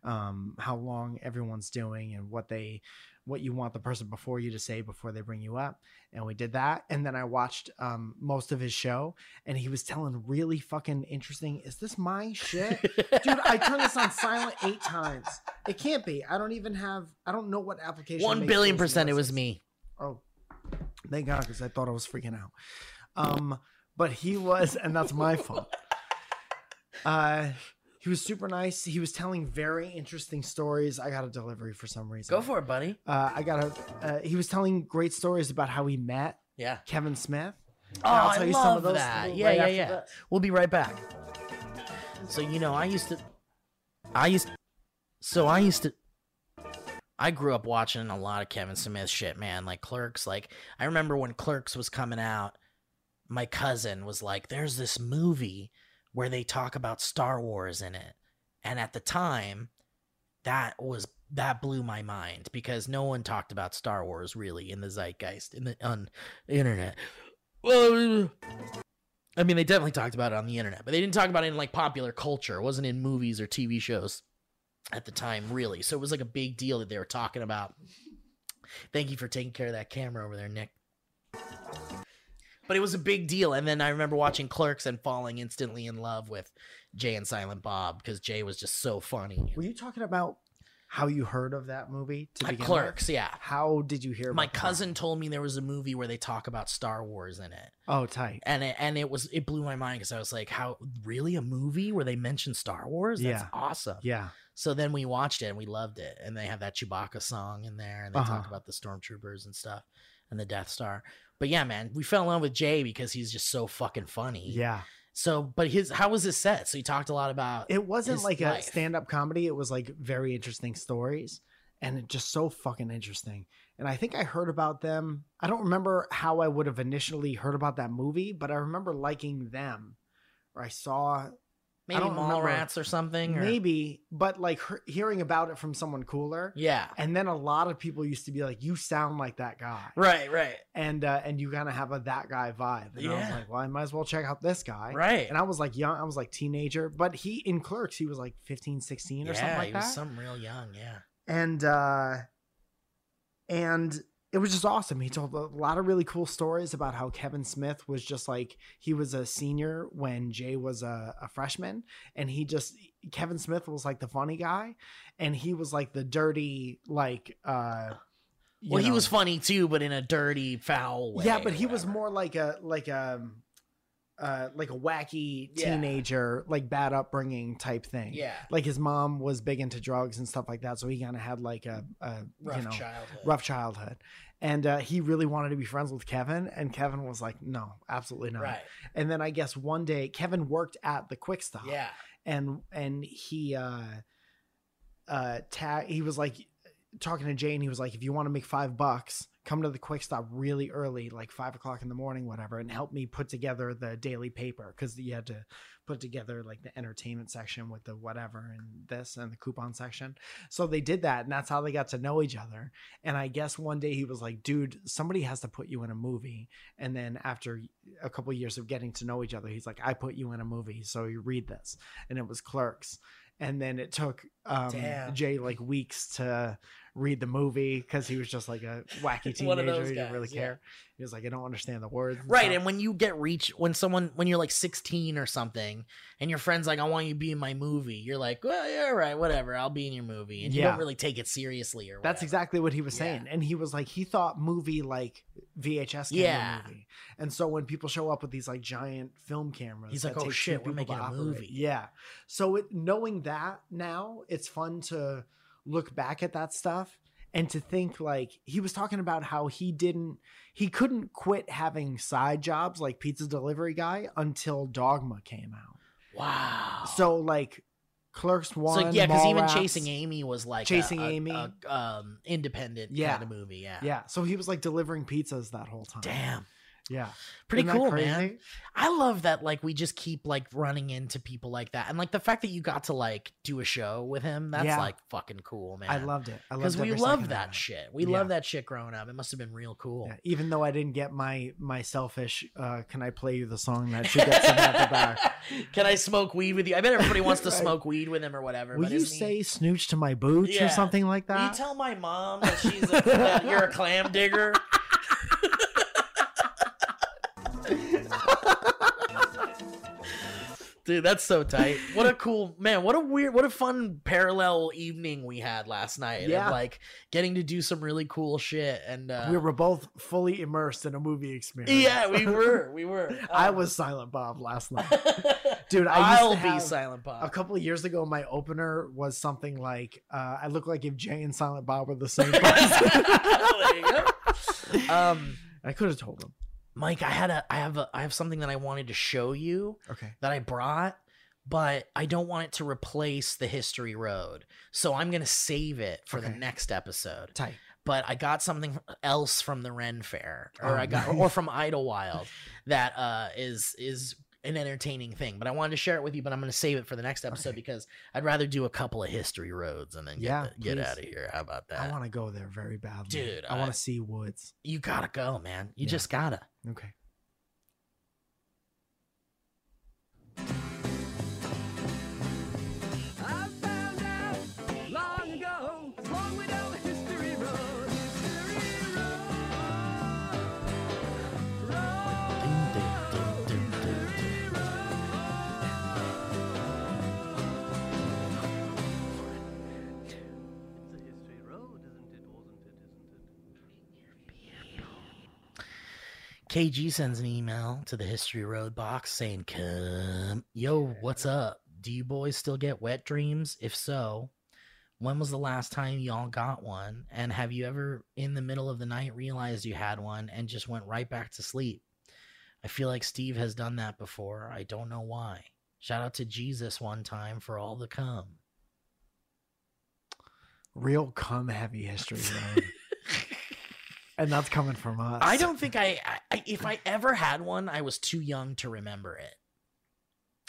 S4: um how long everyone's doing and what they what you want the person before you to say before they bring you up and we did that and then i watched um most of his show and he was telling really fucking interesting is this my shit dude i turned this on silent eight times it can't be i don't even have i don't know what application
S3: One
S4: makes
S3: billion
S4: those
S3: percent, it was
S4: noises.
S3: me.
S4: Oh, thank God, because I thought I was freaking out. Um, but he was, and that's my fault. Uh, he was super nice. He was telling very interesting stories. I got a delivery for some reason.
S3: Go for it, buddy.
S4: Uh, I got a. Uh, he was telling great stories about how he met
S3: Yeah.
S4: Kevin Smith.
S3: Oh,
S4: I'll
S3: I
S4: tell you
S3: love
S4: some of those
S3: that.
S4: right
S3: Yeah, yeah,
S4: after
S3: yeah.
S4: this.
S3: We'll be right back. So you know, I used to, I used, so I used to, I grew up watching a lot of Kevin Smith shit, man. Like Clerks. Like I remember when Clerks was coming out, my cousin was like, "There's this movie where they talk about Star Wars in it," and at the time, that was that blew my mind because no one talked about Star Wars really in the zeitgeist in the on the internet. Well, I mean, they definitely talked about it on the internet, but they didn't talk about it in like popular culture. It wasn't in movies or TV shows at the time, really. So it was like a big deal that they were talking about. Thank you for taking care of that camera over there, Nick. But it was a big deal. And then I remember watching Clerks and falling instantly in love with Jay and Silent Bob because Jay was just so funny.
S4: Were you talking about how you heard of that movie to
S3: Uh,
S4: begin with?
S3: Clerks, yeah.
S4: How did you hear?
S3: My
S4: about that?
S3: cousin told me there was a movie where they talk about Star Wars in it.
S4: Oh, tight.
S3: and it, and it was it blew my mind because I was like, how really a movie where they mention Star Wars? That's
S4: Yeah.
S3: awesome.
S4: Yeah.
S3: So then we watched it and we loved it, and they have that Chewbacca song in there, and they talk
S4: Uh-huh.
S3: about the stormtroopers and stuff, and the Death Star. But yeah, man, we fell in love with Jay because he's just so fucking funny.
S4: Yeah.
S3: So, but his how was his set? So he talked a lot about
S4: it wasn't
S3: his
S4: like a
S3: life.
S4: stand-up comedy it was like very interesting stories and it just so fucking interesting and i think i heard about them i don't remember how i would have initially heard about that movie but i remember liking them or i saw
S3: maybe
S4: don't remember.
S3: Mallrats or something. Or,
S4: maybe but like her, hearing about it from someone cooler
S3: Yeah.
S4: and then a lot of people used to be like you sound like that guy
S3: Right. Right.
S4: and uh, and you kind of have a that guy vibe and i was
S3: Yeah.
S4: like well i might as well check out this guy
S3: Right.
S4: and I was like young, I was like teenager, but he in clerks, he was like 15, 16 or
S3: yeah,
S4: something like
S3: he
S4: that.
S3: was something real young. Yeah.
S4: and uh and it was just awesome. He told a lot of really cool stories about how Kevin Smith was just like he was a senior when Jay was a, a freshman, and he just Kevin Smith was like the funny guy, and he was like the dirty like uh you
S3: Well, he
S4: know-
S3: was funny too, but in a dirty, foul way.
S4: yeah,
S3: or
S4: but he was
S3: whatever.
S4: more like a like a uh like a wacky
S3: Yeah.
S4: teenager, like bad upbringing type thing.
S3: Yeah.
S4: like his mom was big into drugs and stuff like that, so he kind of had like a, a
S3: rough
S4: you know
S3: childhood.
S4: rough childhood, and uh, he really wanted to be friends with Kevin, and Kevin was like, no, absolutely not.
S3: Right.
S4: And then I guess one day Kevin worked at the Quick Stop,
S3: Yeah.
S4: and and he uh uh tag he was like talking to Jane, he was like, if you want to make five bucks, come to the quick stop really early, like five o'clock in the morning, whatever, and help me put together the daily paper because you had to put together like the entertainment section with the whatever and this and the coupon section. So they did that, and that's how they got to know each other. And I guess one day he was like, dude, somebody has to put you in a movie. And then after a couple years of getting to know each other, he's like, I put you in a movie, so you read this. And it was Clerks. And then it took um,
S3: Damn.
S4: Jay like weeks to read the movie because he was just like a wacky
S3: One of
S4: teenager. He
S3: those
S4: didn't really
S3: guys, yeah.
S4: care. He was like, I don't understand the words.
S3: Right.
S4: stuff."
S3: And when you get reach, when someone, when you're like 16 or something, and your friend's like, I want you to be in my movie, you're like, well, yeah, all right, whatever, I'll be in your movie. And you
S4: Yeah.
S3: don't really take it seriously or
S4: That's
S3: whatever.
S4: exactly what he was
S3: Yeah.
S4: saying. And he was like, he thought movie like VHS camera
S3: Yeah.
S4: movie. And so when people show up with these like giant film cameras,
S3: He's like,
S4: that
S3: "Oh,
S4: take two
S3: shit, we're
S4: people to
S3: making a
S4: operate."
S3: movie.
S4: Yeah. So it, knowing that now, it's fun to look back at that stuff and to think like he was talking about how he didn't he couldn't quit having side jobs like pizza delivery guy until dogma came out
S3: Wow.
S4: so like Clerks one.
S3: so yeah, because even
S4: Mallrats.
S3: chasing Amy was like a-
S4: Chasing
S3: a-
S4: Amy.
S3: a, um, independent
S4: Yeah.
S3: kind of movie. Yeah,
S4: Yeah, so he was like delivering pizzas that whole time.
S3: Damn,
S4: Yeah,
S3: pretty
S4: Isn't that
S3: cool, man.
S4: crazy?
S3: I love that. Like we just keep like running into people like that, and like the fact that you got to like do a show with him. That's
S4: Yeah.
S3: like fucking cool, man.
S4: I loved it. I loved
S3: because we
S4: every
S3: love
S4: second of
S3: that
S4: it.
S3: shit. We
S4: Yeah.
S3: love that shit growing up. It must have been real cool.
S4: Yeah, even though I didn't get my my selfish, uh, can I play you the song that she gets in at the back?
S3: Can I smoke weed with you? I bet everybody wants to
S4: Right.
S3: smoke weed with him or whatever.
S4: Will
S3: but
S4: you
S3: isn't he-
S4: say snooch to my boots
S3: Yeah.
S4: or something like
S3: Will you
S4: that?
S3: tell my mom that she's a, that you're a clam digger? Dude, that's so tight. What a cool man. What a weird, what a fun parallel evening we had last night. of,
S4: Yeah.
S3: like getting to do some really cool shit. And uh,
S4: we were both fully immersed in a movie experience.
S3: yeah, we were, we were.
S4: I
S3: Um,
S4: was Silent Bob last night, dude. I used
S3: I'll
S4: to have,
S3: be Silent Bob.
S4: A couple of years ago, my opener was something like, uh, "I look like if Jay and Silent Bob were the same person."
S3: There you go. Um,
S4: I could have told him.
S3: Mike, I had a, I have a, I have something that I wanted to show you
S4: Okay.
S3: that I brought, but I don't want it to replace the History Road, so I'm gonna save it for the
S4: Okay.
S3: next episode.
S4: Tight.
S3: But I got something else from the Ren Fair, or
S4: Oh,
S3: I got,
S4: nice.
S3: or from Idlewild, that uh, is is an entertaining thing. But I wanted to share it with you, but I'm gonna save it for the next episode
S4: Okay.
S3: because I'd rather do a couple of History Roads and then get
S4: Yeah,
S3: the- get
S4: please.
S3: out of here. How about that?
S4: I want to go there very badly,
S3: Dude,
S4: I,
S3: I-
S4: want to see woods.
S3: you gotta go, man. You
S4: Yeah.
S3: just gotta.
S4: Okay.
S8: I found out long ago, long widow history road, history road, road, history road. It's a history road, isn't it? Wasn't it? Isn't it?
S3: KG sends an email to the History Road box saying, "Come, yo, what's up? Do you boys still get wet dreams? If so, when was the last time y'all got one? And have you ever, in the middle of the night, realized you had one and just went right back to sleep? I feel like Steve has done that before. I don't know why. Shout out to Jesus one time for all the come.
S4: Real cum heavy history road. and that's coming from us.
S3: I don't think I, I- I if I ever had one, I was too young to remember it.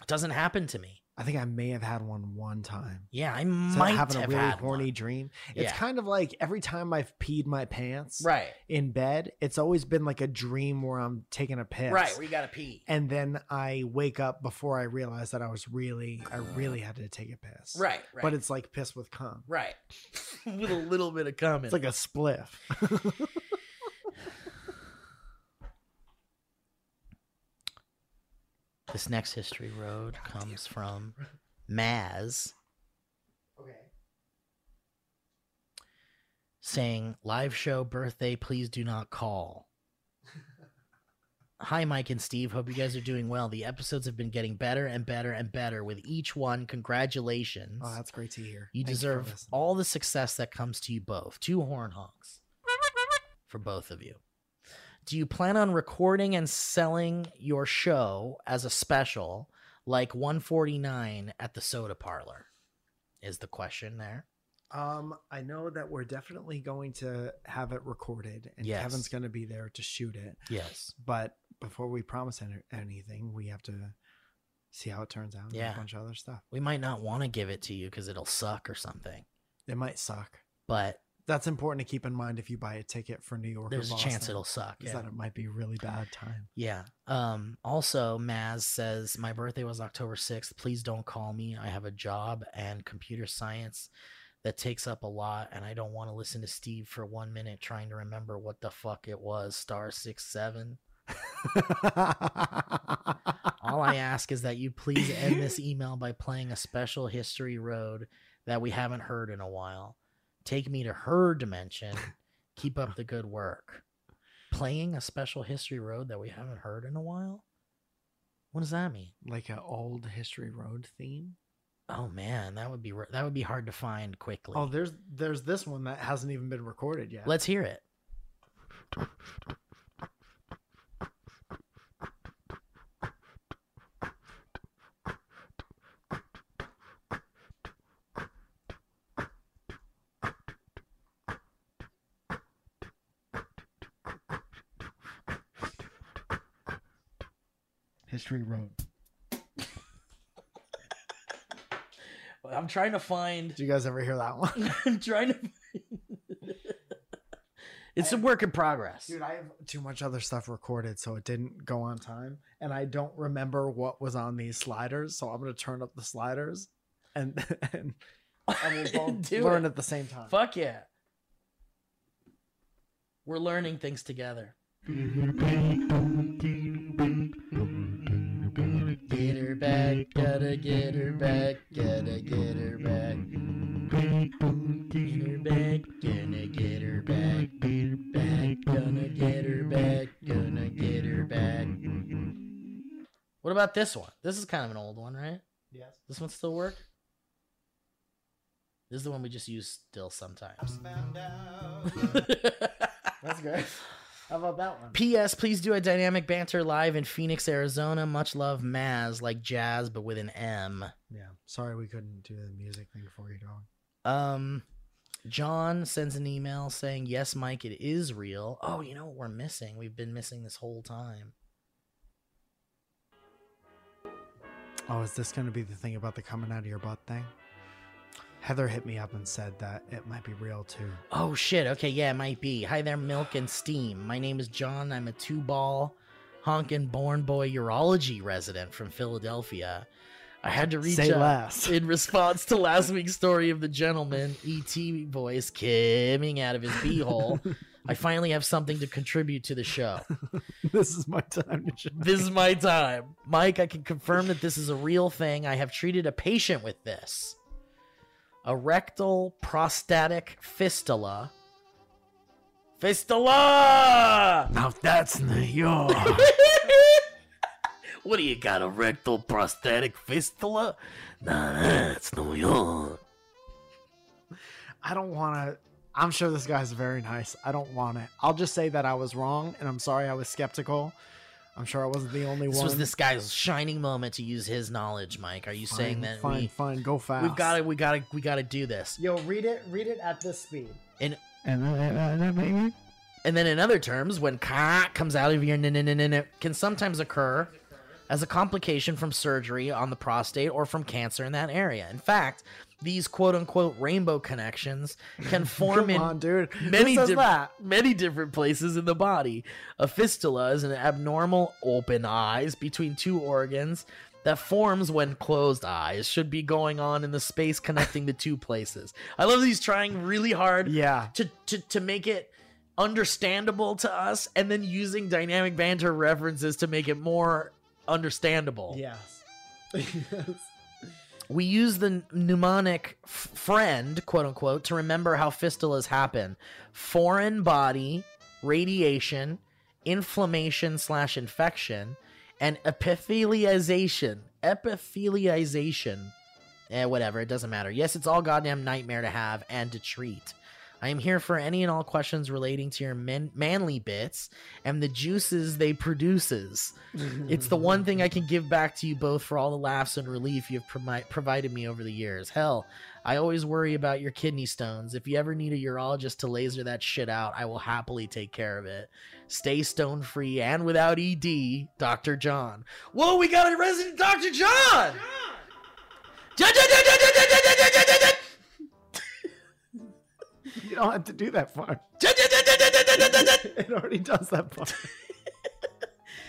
S3: It doesn't happen to me.
S4: I think I may have had one one time.
S3: Yeah, I
S4: So
S3: might
S4: having
S3: have
S4: a really
S3: had
S4: horny
S3: one.
S4: dream. It's
S3: Yeah.
S4: kind of like every time I've peed my pants
S3: Right,
S4: in bed, it's always been like a dream where I'm taking a piss.
S3: right. We gotta pee.
S4: and then I wake up before I realize that I was really, I really had to take a piss.
S3: right, right.
S4: But it's like piss with cum.
S3: right with a little bit of comment.
S4: It's like a spliff.
S3: this next history road comes from Maz
S4: Okay.
S3: saying live show birthday. Please do not call. Hi, Mike and Steve. Hope you guys are doing well. The episodes have been getting better and better and better with each one. Congratulations.
S4: Oh, that's great to hear.
S3: You
S4: Thank for
S3: deserve
S4: listening.
S3: all the success that comes to you both. Two horn honks for both of you. Do you plan on recording and selling your show as a special, like 149 at the soda parlor? Is the question there?
S4: Um, I know that we're definitely going to have it recorded, and
S3: Yes.
S4: Kevin's going to be there to shoot it.
S3: Yes.
S4: But before we promise any- anything, we have to see how it turns out. and
S3: Yeah.
S4: a bunch of other stuff.
S3: We might not want to give it to you because it'll suck or something,
S4: It might suck.
S3: but
S4: That's important to keep in mind if you buy a ticket for New York.
S3: there's a
S4: or Boston,
S3: chance it'll suck.
S4: Is
S3: Yeah.
S4: that it might be a really bad time.
S3: Yeah. Um, also, Maz says, My birthday was October 6th. Please don't call me. I have a job and computer science that takes up a lot, and I don't want to listen to Steve for one minute trying to remember what the fuck it was. Star 6 7. All I ask is that you please end this email by playing a special history road that we haven't heard in a while. Take me to her dimension. Keep up the good work. Playing a special history road that we haven't heard in a while? What does that mean?
S4: like an old history road theme.
S3: Oh man, that would be r- that would be hard to find quickly.
S4: Oh, there's there's this one that hasn't even been recorded yet.
S3: Let's hear it.
S6: History Road.
S3: I'm trying to find.
S4: Did you guys ever hear that one?
S3: I'm trying to. Find... it's a work in progress.
S4: Dude, I have too much other stuff recorded, so it didn't go on time. And I don't remember what was on these sliders, so I'm gonna turn up the sliders and, and, and we'll both
S3: Do
S4: learn
S3: it.
S4: at the same time.
S3: Fuck yeah. We're learning things together. Get her back, gotta get her back, gotta get her back. Get her back, gonna get her back, back, gonna get her back, gonna get her back. What about this one? This is kind of an old one, right?
S4: Yes.
S3: This one still work? This is the one we just use still sometimes.
S4: That's good. How about that one?
S3: P.S. Please do a dynamic banter live in Phoenix, Arizona. Much love, Maz, like jazz, but with an M.
S4: Yeah. Sorry we couldn't do the music thing for you, dog.
S3: Um, John sends an email saying, "Yes, Mike, it is real." Oh, you know what we're missing? We've been missing this whole time.
S4: Oh, is this going to be the thing about the coming out of your butt thing? Heather hit me up and said that it might be real too.
S3: Oh shit. Okay, yeah, it might be. Hi there, Milk and Steam. My name is John. I'm a two ball honkin' born boy urology resident from Philadelphia. I had to reach
S4: Say
S3: out
S4: less.
S3: in response to last week's story of the gentleman ET voice coming out of his beehole. I finally have something to contribute to the show.
S4: this is my time to shine.
S3: This is my time. Mike, I can confirm that this is a real thing. I have treated a patient with this. A rectal prostatic fistula. Fistula!
S4: Now that's New York.
S7: What do you got, a rectal prosthetic fistula? Nah, that's no yawn.
S4: I don't want to. I'm sure this guy's very nice. I don't want it. I'll just say that I was wrong and I'm sorry I was skeptical. I'm sure I wasn't the only
S3: This
S4: one.
S3: was this guy's shining moment to use his knowledge, Mike. Are you
S4: fine,
S3: saying that
S4: Fine,
S3: we,
S4: fine. Go fast.
S3: we've got to we got to we got to do this?
S4: Yo, read it. Read it at this speed.
S6: And uh, uh, maybe
S3: And then in other terms, when ka comes out of your nin- nin- nin- nin- it can sometimes occur as a complication from surgery on the prostate or from cancer in that area. In fact, these quote unquote rainbow connections can form
S4: Come
S3: in
S4: on, dude.
S3: many
S4: Who says
S3: diff-
S4: that?
S3: many different places in the body. A fistula is an abnormal open eyes between two organs that forms when closed eyes should be going on in the space connecting the two places. I love that he's trying really hard
S4: Yeah.
S3: to, to to make it understandable to us and then using dynamic banter references to make it more understandable.
S4: Yes. yes.
S3: We use the mnemonic f- friend, quote unquote, to remember how fistulas happen. Foreign body, radiation, inflammation slash infection, and epithelialization. Epithelialization. Eh, whatever, it doesn't matter. Yes, it's all goddamn nightmare to have and to treat. I am here for any and all questions relating to your men- manly bits and the juices they produces. It's the one thing I can give back to you both for all the laughs and relief you've promi- provided me over the years. Hell, I always worry about your kidney stones. If you ever need a urologist to laser that shit out, I will happily take care of it. Stay stone free and without ED, Dr. John. Whoa, we got a resident Dr. John! John, John, John, John, John, John, John, John, John, John!
S4: You don't have to do that part. it already does that part.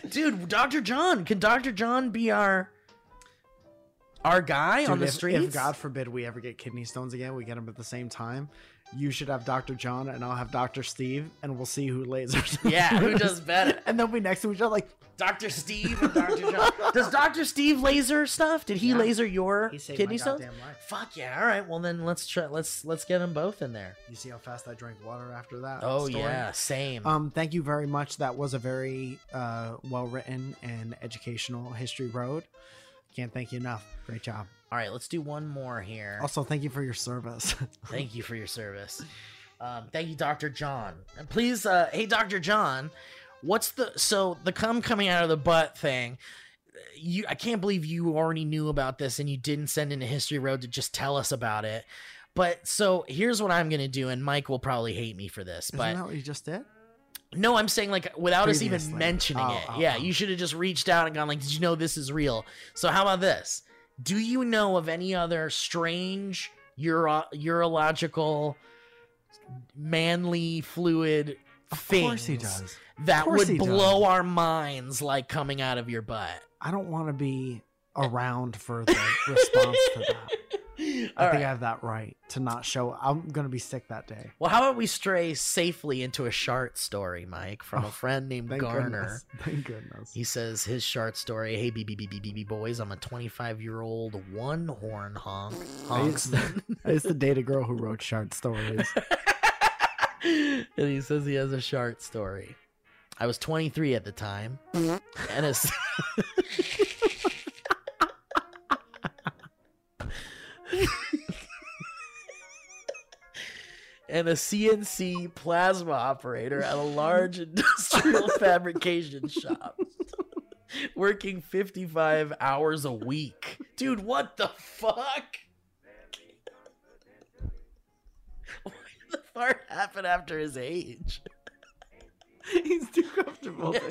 S3: Dude, Dr. John, can Dr. John be our our guy on
S4: Dude,
S3: the
S4: if,
S3: streets?
S4: If God forbid we ever get kidney stones again, we get them at the same time. You should have Dr. John and I'll have Dr. Steve, and we'll see who lasers.
S3: Yeah, who does better?
S4: And they'll be next to each other, like
S3: Dr. Steve and Dr. John. Does Dr. Steve laser stuff? Did he
S4: Yeah.
S3: laser your
S4: he saved
S3: kidney
S4: my
S3: stones?
S4: goddamn life.
S3: Fuck yeah! All right, well then let's try. Let's let's get them both in there.
S4: You see how fast I drank water after that.
S3: oh
S4: story?
S3: yeah, same.
S4: Um, thank you very much. That was a very uh, well written and educational history road. Can't thank you enough. Great job.
S3: All right, let's do one more here.
S4: Also, thank you for your service.
S3: thank you for your service. Um, thank you, Dr. John. And please, uh, hey, Dr. John, what's the so the cum coming out of the butt thing? You, I can't believe you already knew about this and you didn't send in a history road to just tell us about it. But so here's what I'm gonna do, and Mike will probably hate me for this,
S4: Isn't
S3: but
S4: that what you just did?
S3: No, I'm saying like without us even
S4: Previously.
S3: mentioning
S4: Oh,
S3: it.
S4: oh,
S3: yeah,
S4: oh.
S3: you should have just reached out and gone like, "Did you know this is real?" So how about this? Do you know of any other strange uro- urological manly fluid
S4: Of
S3: things
S4: course he does.
S3: that
S4: course
S3: would
S4: he does.
S3: blow our minds like coming out of your butt?
S4: I don't want to be
S3: Eh.
S4: around for the response to that. I
S3: All
S4: think I
S3: right.
S4: have that right to not show. I'm gonna be sick that day.
S3: Well, how about we stray safely into a shart story, Mike, from
S4: Oh,
S3: a friend named
S4: Thank
S3: Garner.
S4: goodness. Thank goodness.
S3: He says his short story, hey BBBBBB boys, I'm a 25 year old one horn honk honks.
S4: it's the data girl who wrote short stories.
S3: and he says he has a short story. I was 23 at the time, and as and a CNC plasma operator at a large industrial fabrication shop, working 55 hours a week. Dude, what the fuck? the fart happened after his age.
S4: He's too comfortable.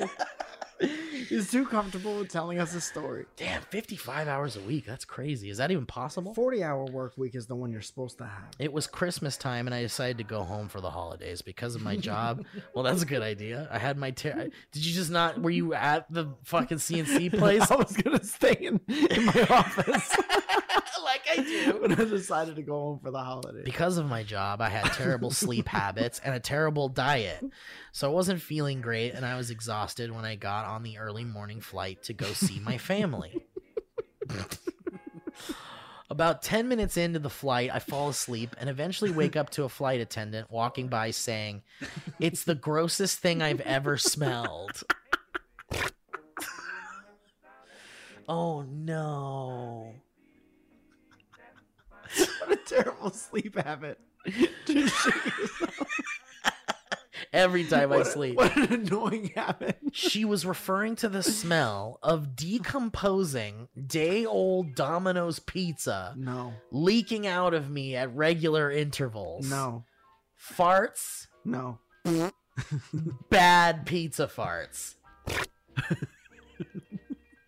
S4: He's too comfortable with telling us a story.
S3: Damn, 55 hours a week. That's crazy. Is that even possible?
S4: Forty hour work week is the one you're supposed to have.
S3: It was Christmas time, and I decided to go home for the holidays because of my job. well, that's a good idea. I had my. Ter- I- Did you just not? Were you at the fucking CNC place?
S4: I was gonna stay in, in my office
S3: like I do.
S4: when I decided to go home for the holidays.
S3: Because of my job, I had terrible sleep habits and a terrible diet. So I wasn't feeling great, and I was exhausted when I got on the early morning flight to go see my family. About 10 minutes into the flight, I fall asleep and eventually wake up to a flight attendant walking by saying, It's the grossest thing I've ever smelled. oh no.
S4: what a terrible sleep habit. Dude, shit yourself.
S3: Every time I
S4: What a-
S3: sleep.
S4: What an annoying habit.
S3: she was referring to the smell of decomposing day old Domino's pizza
S4: No,
S3: leaking out of me at regular intervals.
S4: no,
S3: Farts,
S4: no.
S3: bad pizza farts.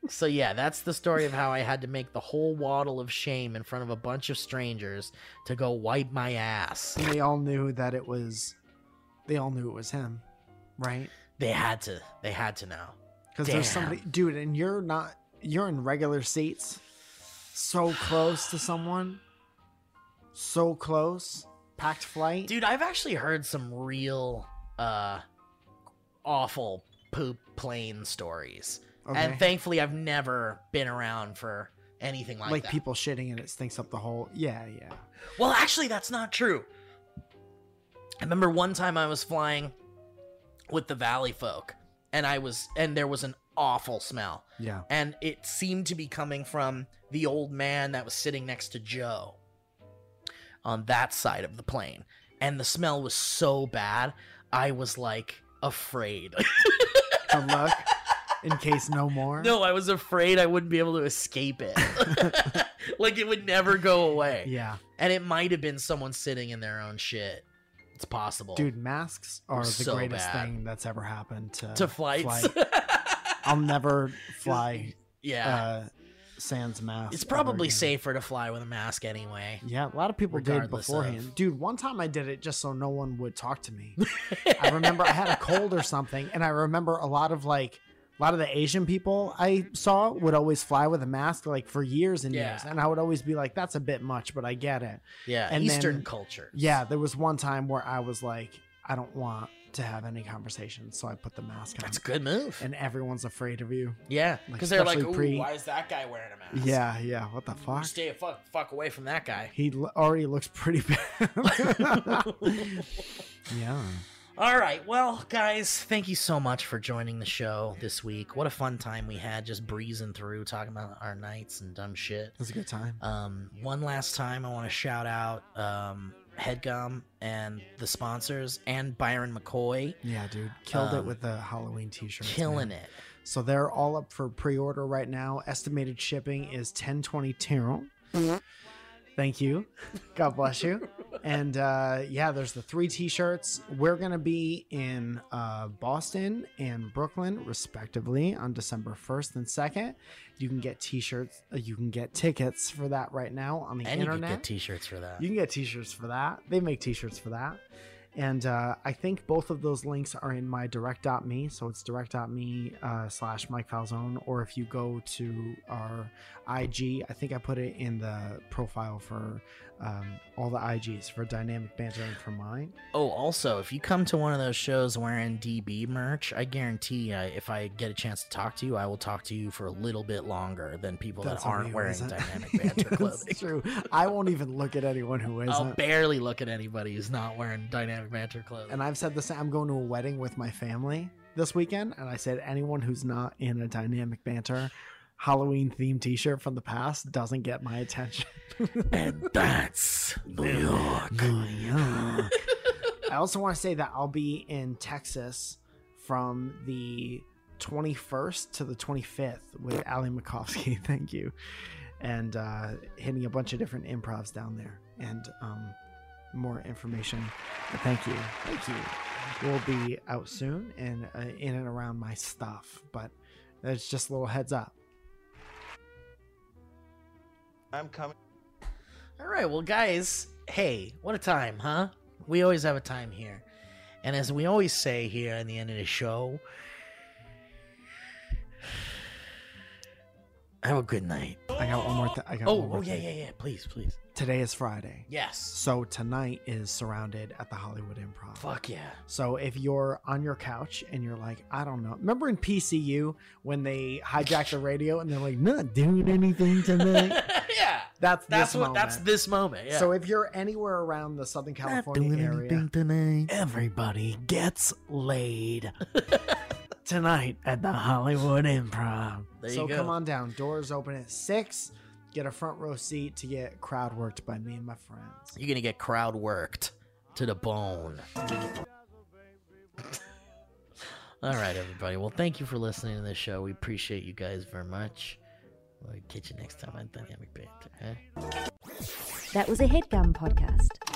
S3: so, yeah, that's the story of how I had to make the whole waddle of shame in front of a bunch of strangers to go wipe my ass.
S4: And they all knew that it was. They all knew it was him, right?
S3: They had to. They had to know.
S4: Because there's
S3: Damn.
S4: somebody, dude, and you're not. You're in regular seats, so close to someone, so close, packed flight.
S3: Dude, I've actually heard some real uh awful poop plane stories.
S4: okay.
S3: And thankfully I've never been around for anything like,
S4: like
S3: that.
S4: people shitting and it stinks up the whole. Yeah, yeah.
S3: well, actually that's not true. I remember one time I was flying with the Valley folk and I was and there was an awful smell
S4: Yeah.
S3: and it seemed to be coming from the old man that was sitting next to Joe on that side of the plane. And the smell was so bad, I was like afraid.
S4: To look, in case no more.
S3: no, I was afraid I wouldn't be able to escape it. like it would never go away.
S4: Yeah.
S3: And it might have been someone sitting in their own shit. It's possible.
S4: Dude, masks are the
S3: So
S4: greatest
S3: bad.
S4: thing that's ever happened to,
S3: to flights.
S4: flight. I'll never fly
S3: yeah.
S4: uh, sans mask.
S3: it's
S4: ever
S3: probably
S4: again.
S3: safer to fly with a mask anyway.
S4: Yeah, a lot of people did
S3: regardless of-
S4: beforehand. Dude, one time I did it just so no one would talk to me. I remember I had a cold or something, and I remember a lot of like a lot of the Asian people I saw would always fly with a mask like for years and
S3: Yeah.
S4: years, and I would always be like, "That's a bit much," but I get it.
S3: Yeah.
S4: And
S3: Eastern
S4: then-
S3: cultures.
S4: Yeah, there was one time where I was like, "I don't want to have any conversation," so I put the mask on.
S3: That's a good move.
S4: and everyone's afraid of you.
S3: Yeah,
S4: Like,
S3: because they're like,
S4: especially
S3: "Ooh,
S4: pre-
S3: why is that guy wearing a mask?
S4: Yeah, yeah. What the
S3: You
S4: fuck?
S3: stay a fuck fuck away from that guy."
S4: He l- already looks pretty bad. yeah.
S3: All right, well, guys, thank you so much for joining the show this week. What a fun time we had, just breezing through, talking about our nights and dumb shit.
S4: It was a good time.
S3: Um, one last time, I want to shout out um, Headgum and the sponsors and Byron McCoy,
S4: Yeah, dude. Killed it
S3: um,
S4: with the Halloween t shirt.
S3: killing it.
S4: So they're all up for pre order right now. Estimated shipping is ten twenty two. Thank you. God bless you. and uh, yeah, there's the three T-shirts. We're gonna be in uh, Boston and Brooklyn, respectively, on December 1st and 2nd. You can get T-shirts. uh, You can get tickets for that right now on the
S3: and you
S4: internet.
S3: can get t-shirts for that.
S4: You can get t-shirts for that. They make t-shirts for that. And uh, I think both of those links are in my direct.me. So it's direct.me uh, slash Mike Falzone. Or if you go to our IG, I think I put it in the profile for um, all the IGs for Dynamic Banter and for mine.
S3: Oh, also, if you come to one of those shows wearing DB merch, I guarantee uh, if I get a chance to talk to you, I will talk to you for a little bit longer than people
S4: That's
S3: that
S4: on
S3: aren't
S4: you,
S3: wearing
S4: isn't it?
S3: dynamic banter clothing.
S4: That's true. I won't even look at anyone who isn't.
S3: I'll barely look at anybody who's not wearing dynamic banter clothing.
S4: and I've said this. I'm going to a wedding with my family this weekend, and I said anyone who's not in a dynamic banter Halloween themed T-shirt from the past doesn't get my attention.
S7: And that's New York.
S4: Oh, I also want to say that I'll be in Texas from the 21st to the 25th with Ali Makovsky. Thank you, and uh, hitting a bunch of different improvs down there, and um, more information. But thank you, thank you. will be out soon and uh, in and around my stuff. But that's just a little heads up.
S9: I'm coming.
S3: All right, well, guys, hey, what a time, huh? We always have a time here. And as we always say here in the end of the show, have a good night.
S4: I got one more. Th- I got one
S3: Oh,
S4: more
S3: oh yeah,
S4: thing.
S3: yeah, yeah. Please, please.
S4: Today is Friday,
S3: Yes.
S4: so tonight is surrounded at the Hollywood Improv.
S3: Fuck yeah.
S4: So if you're on your couch and you're like, I don't know. Remember in PCU when they hijacked the radio and they're like, not doing anything tonight?
S3: yeah.
S4: That's
S3: That's
S4: this
S3: what.
S4: moment.
S3: That's this moment. Yeah.
S4: So if you're anywhere around the Southern California area,
S7: tonight.
S4: everybody gets laid tonight at the Hollywood Improv.
S3: There you
S4: so
S3: go.
S4: come on down. Doors open at six. Get a front row seat to get crowd worked by me and my friends.
S3: you're gonna get crowd worked to the bone. All right, everybody. Well, thank you for listening to this show. We appreciate you guys very much. We'll catch you next time on Dynamic Banter. Huh?
S10: That was a headgum podcast.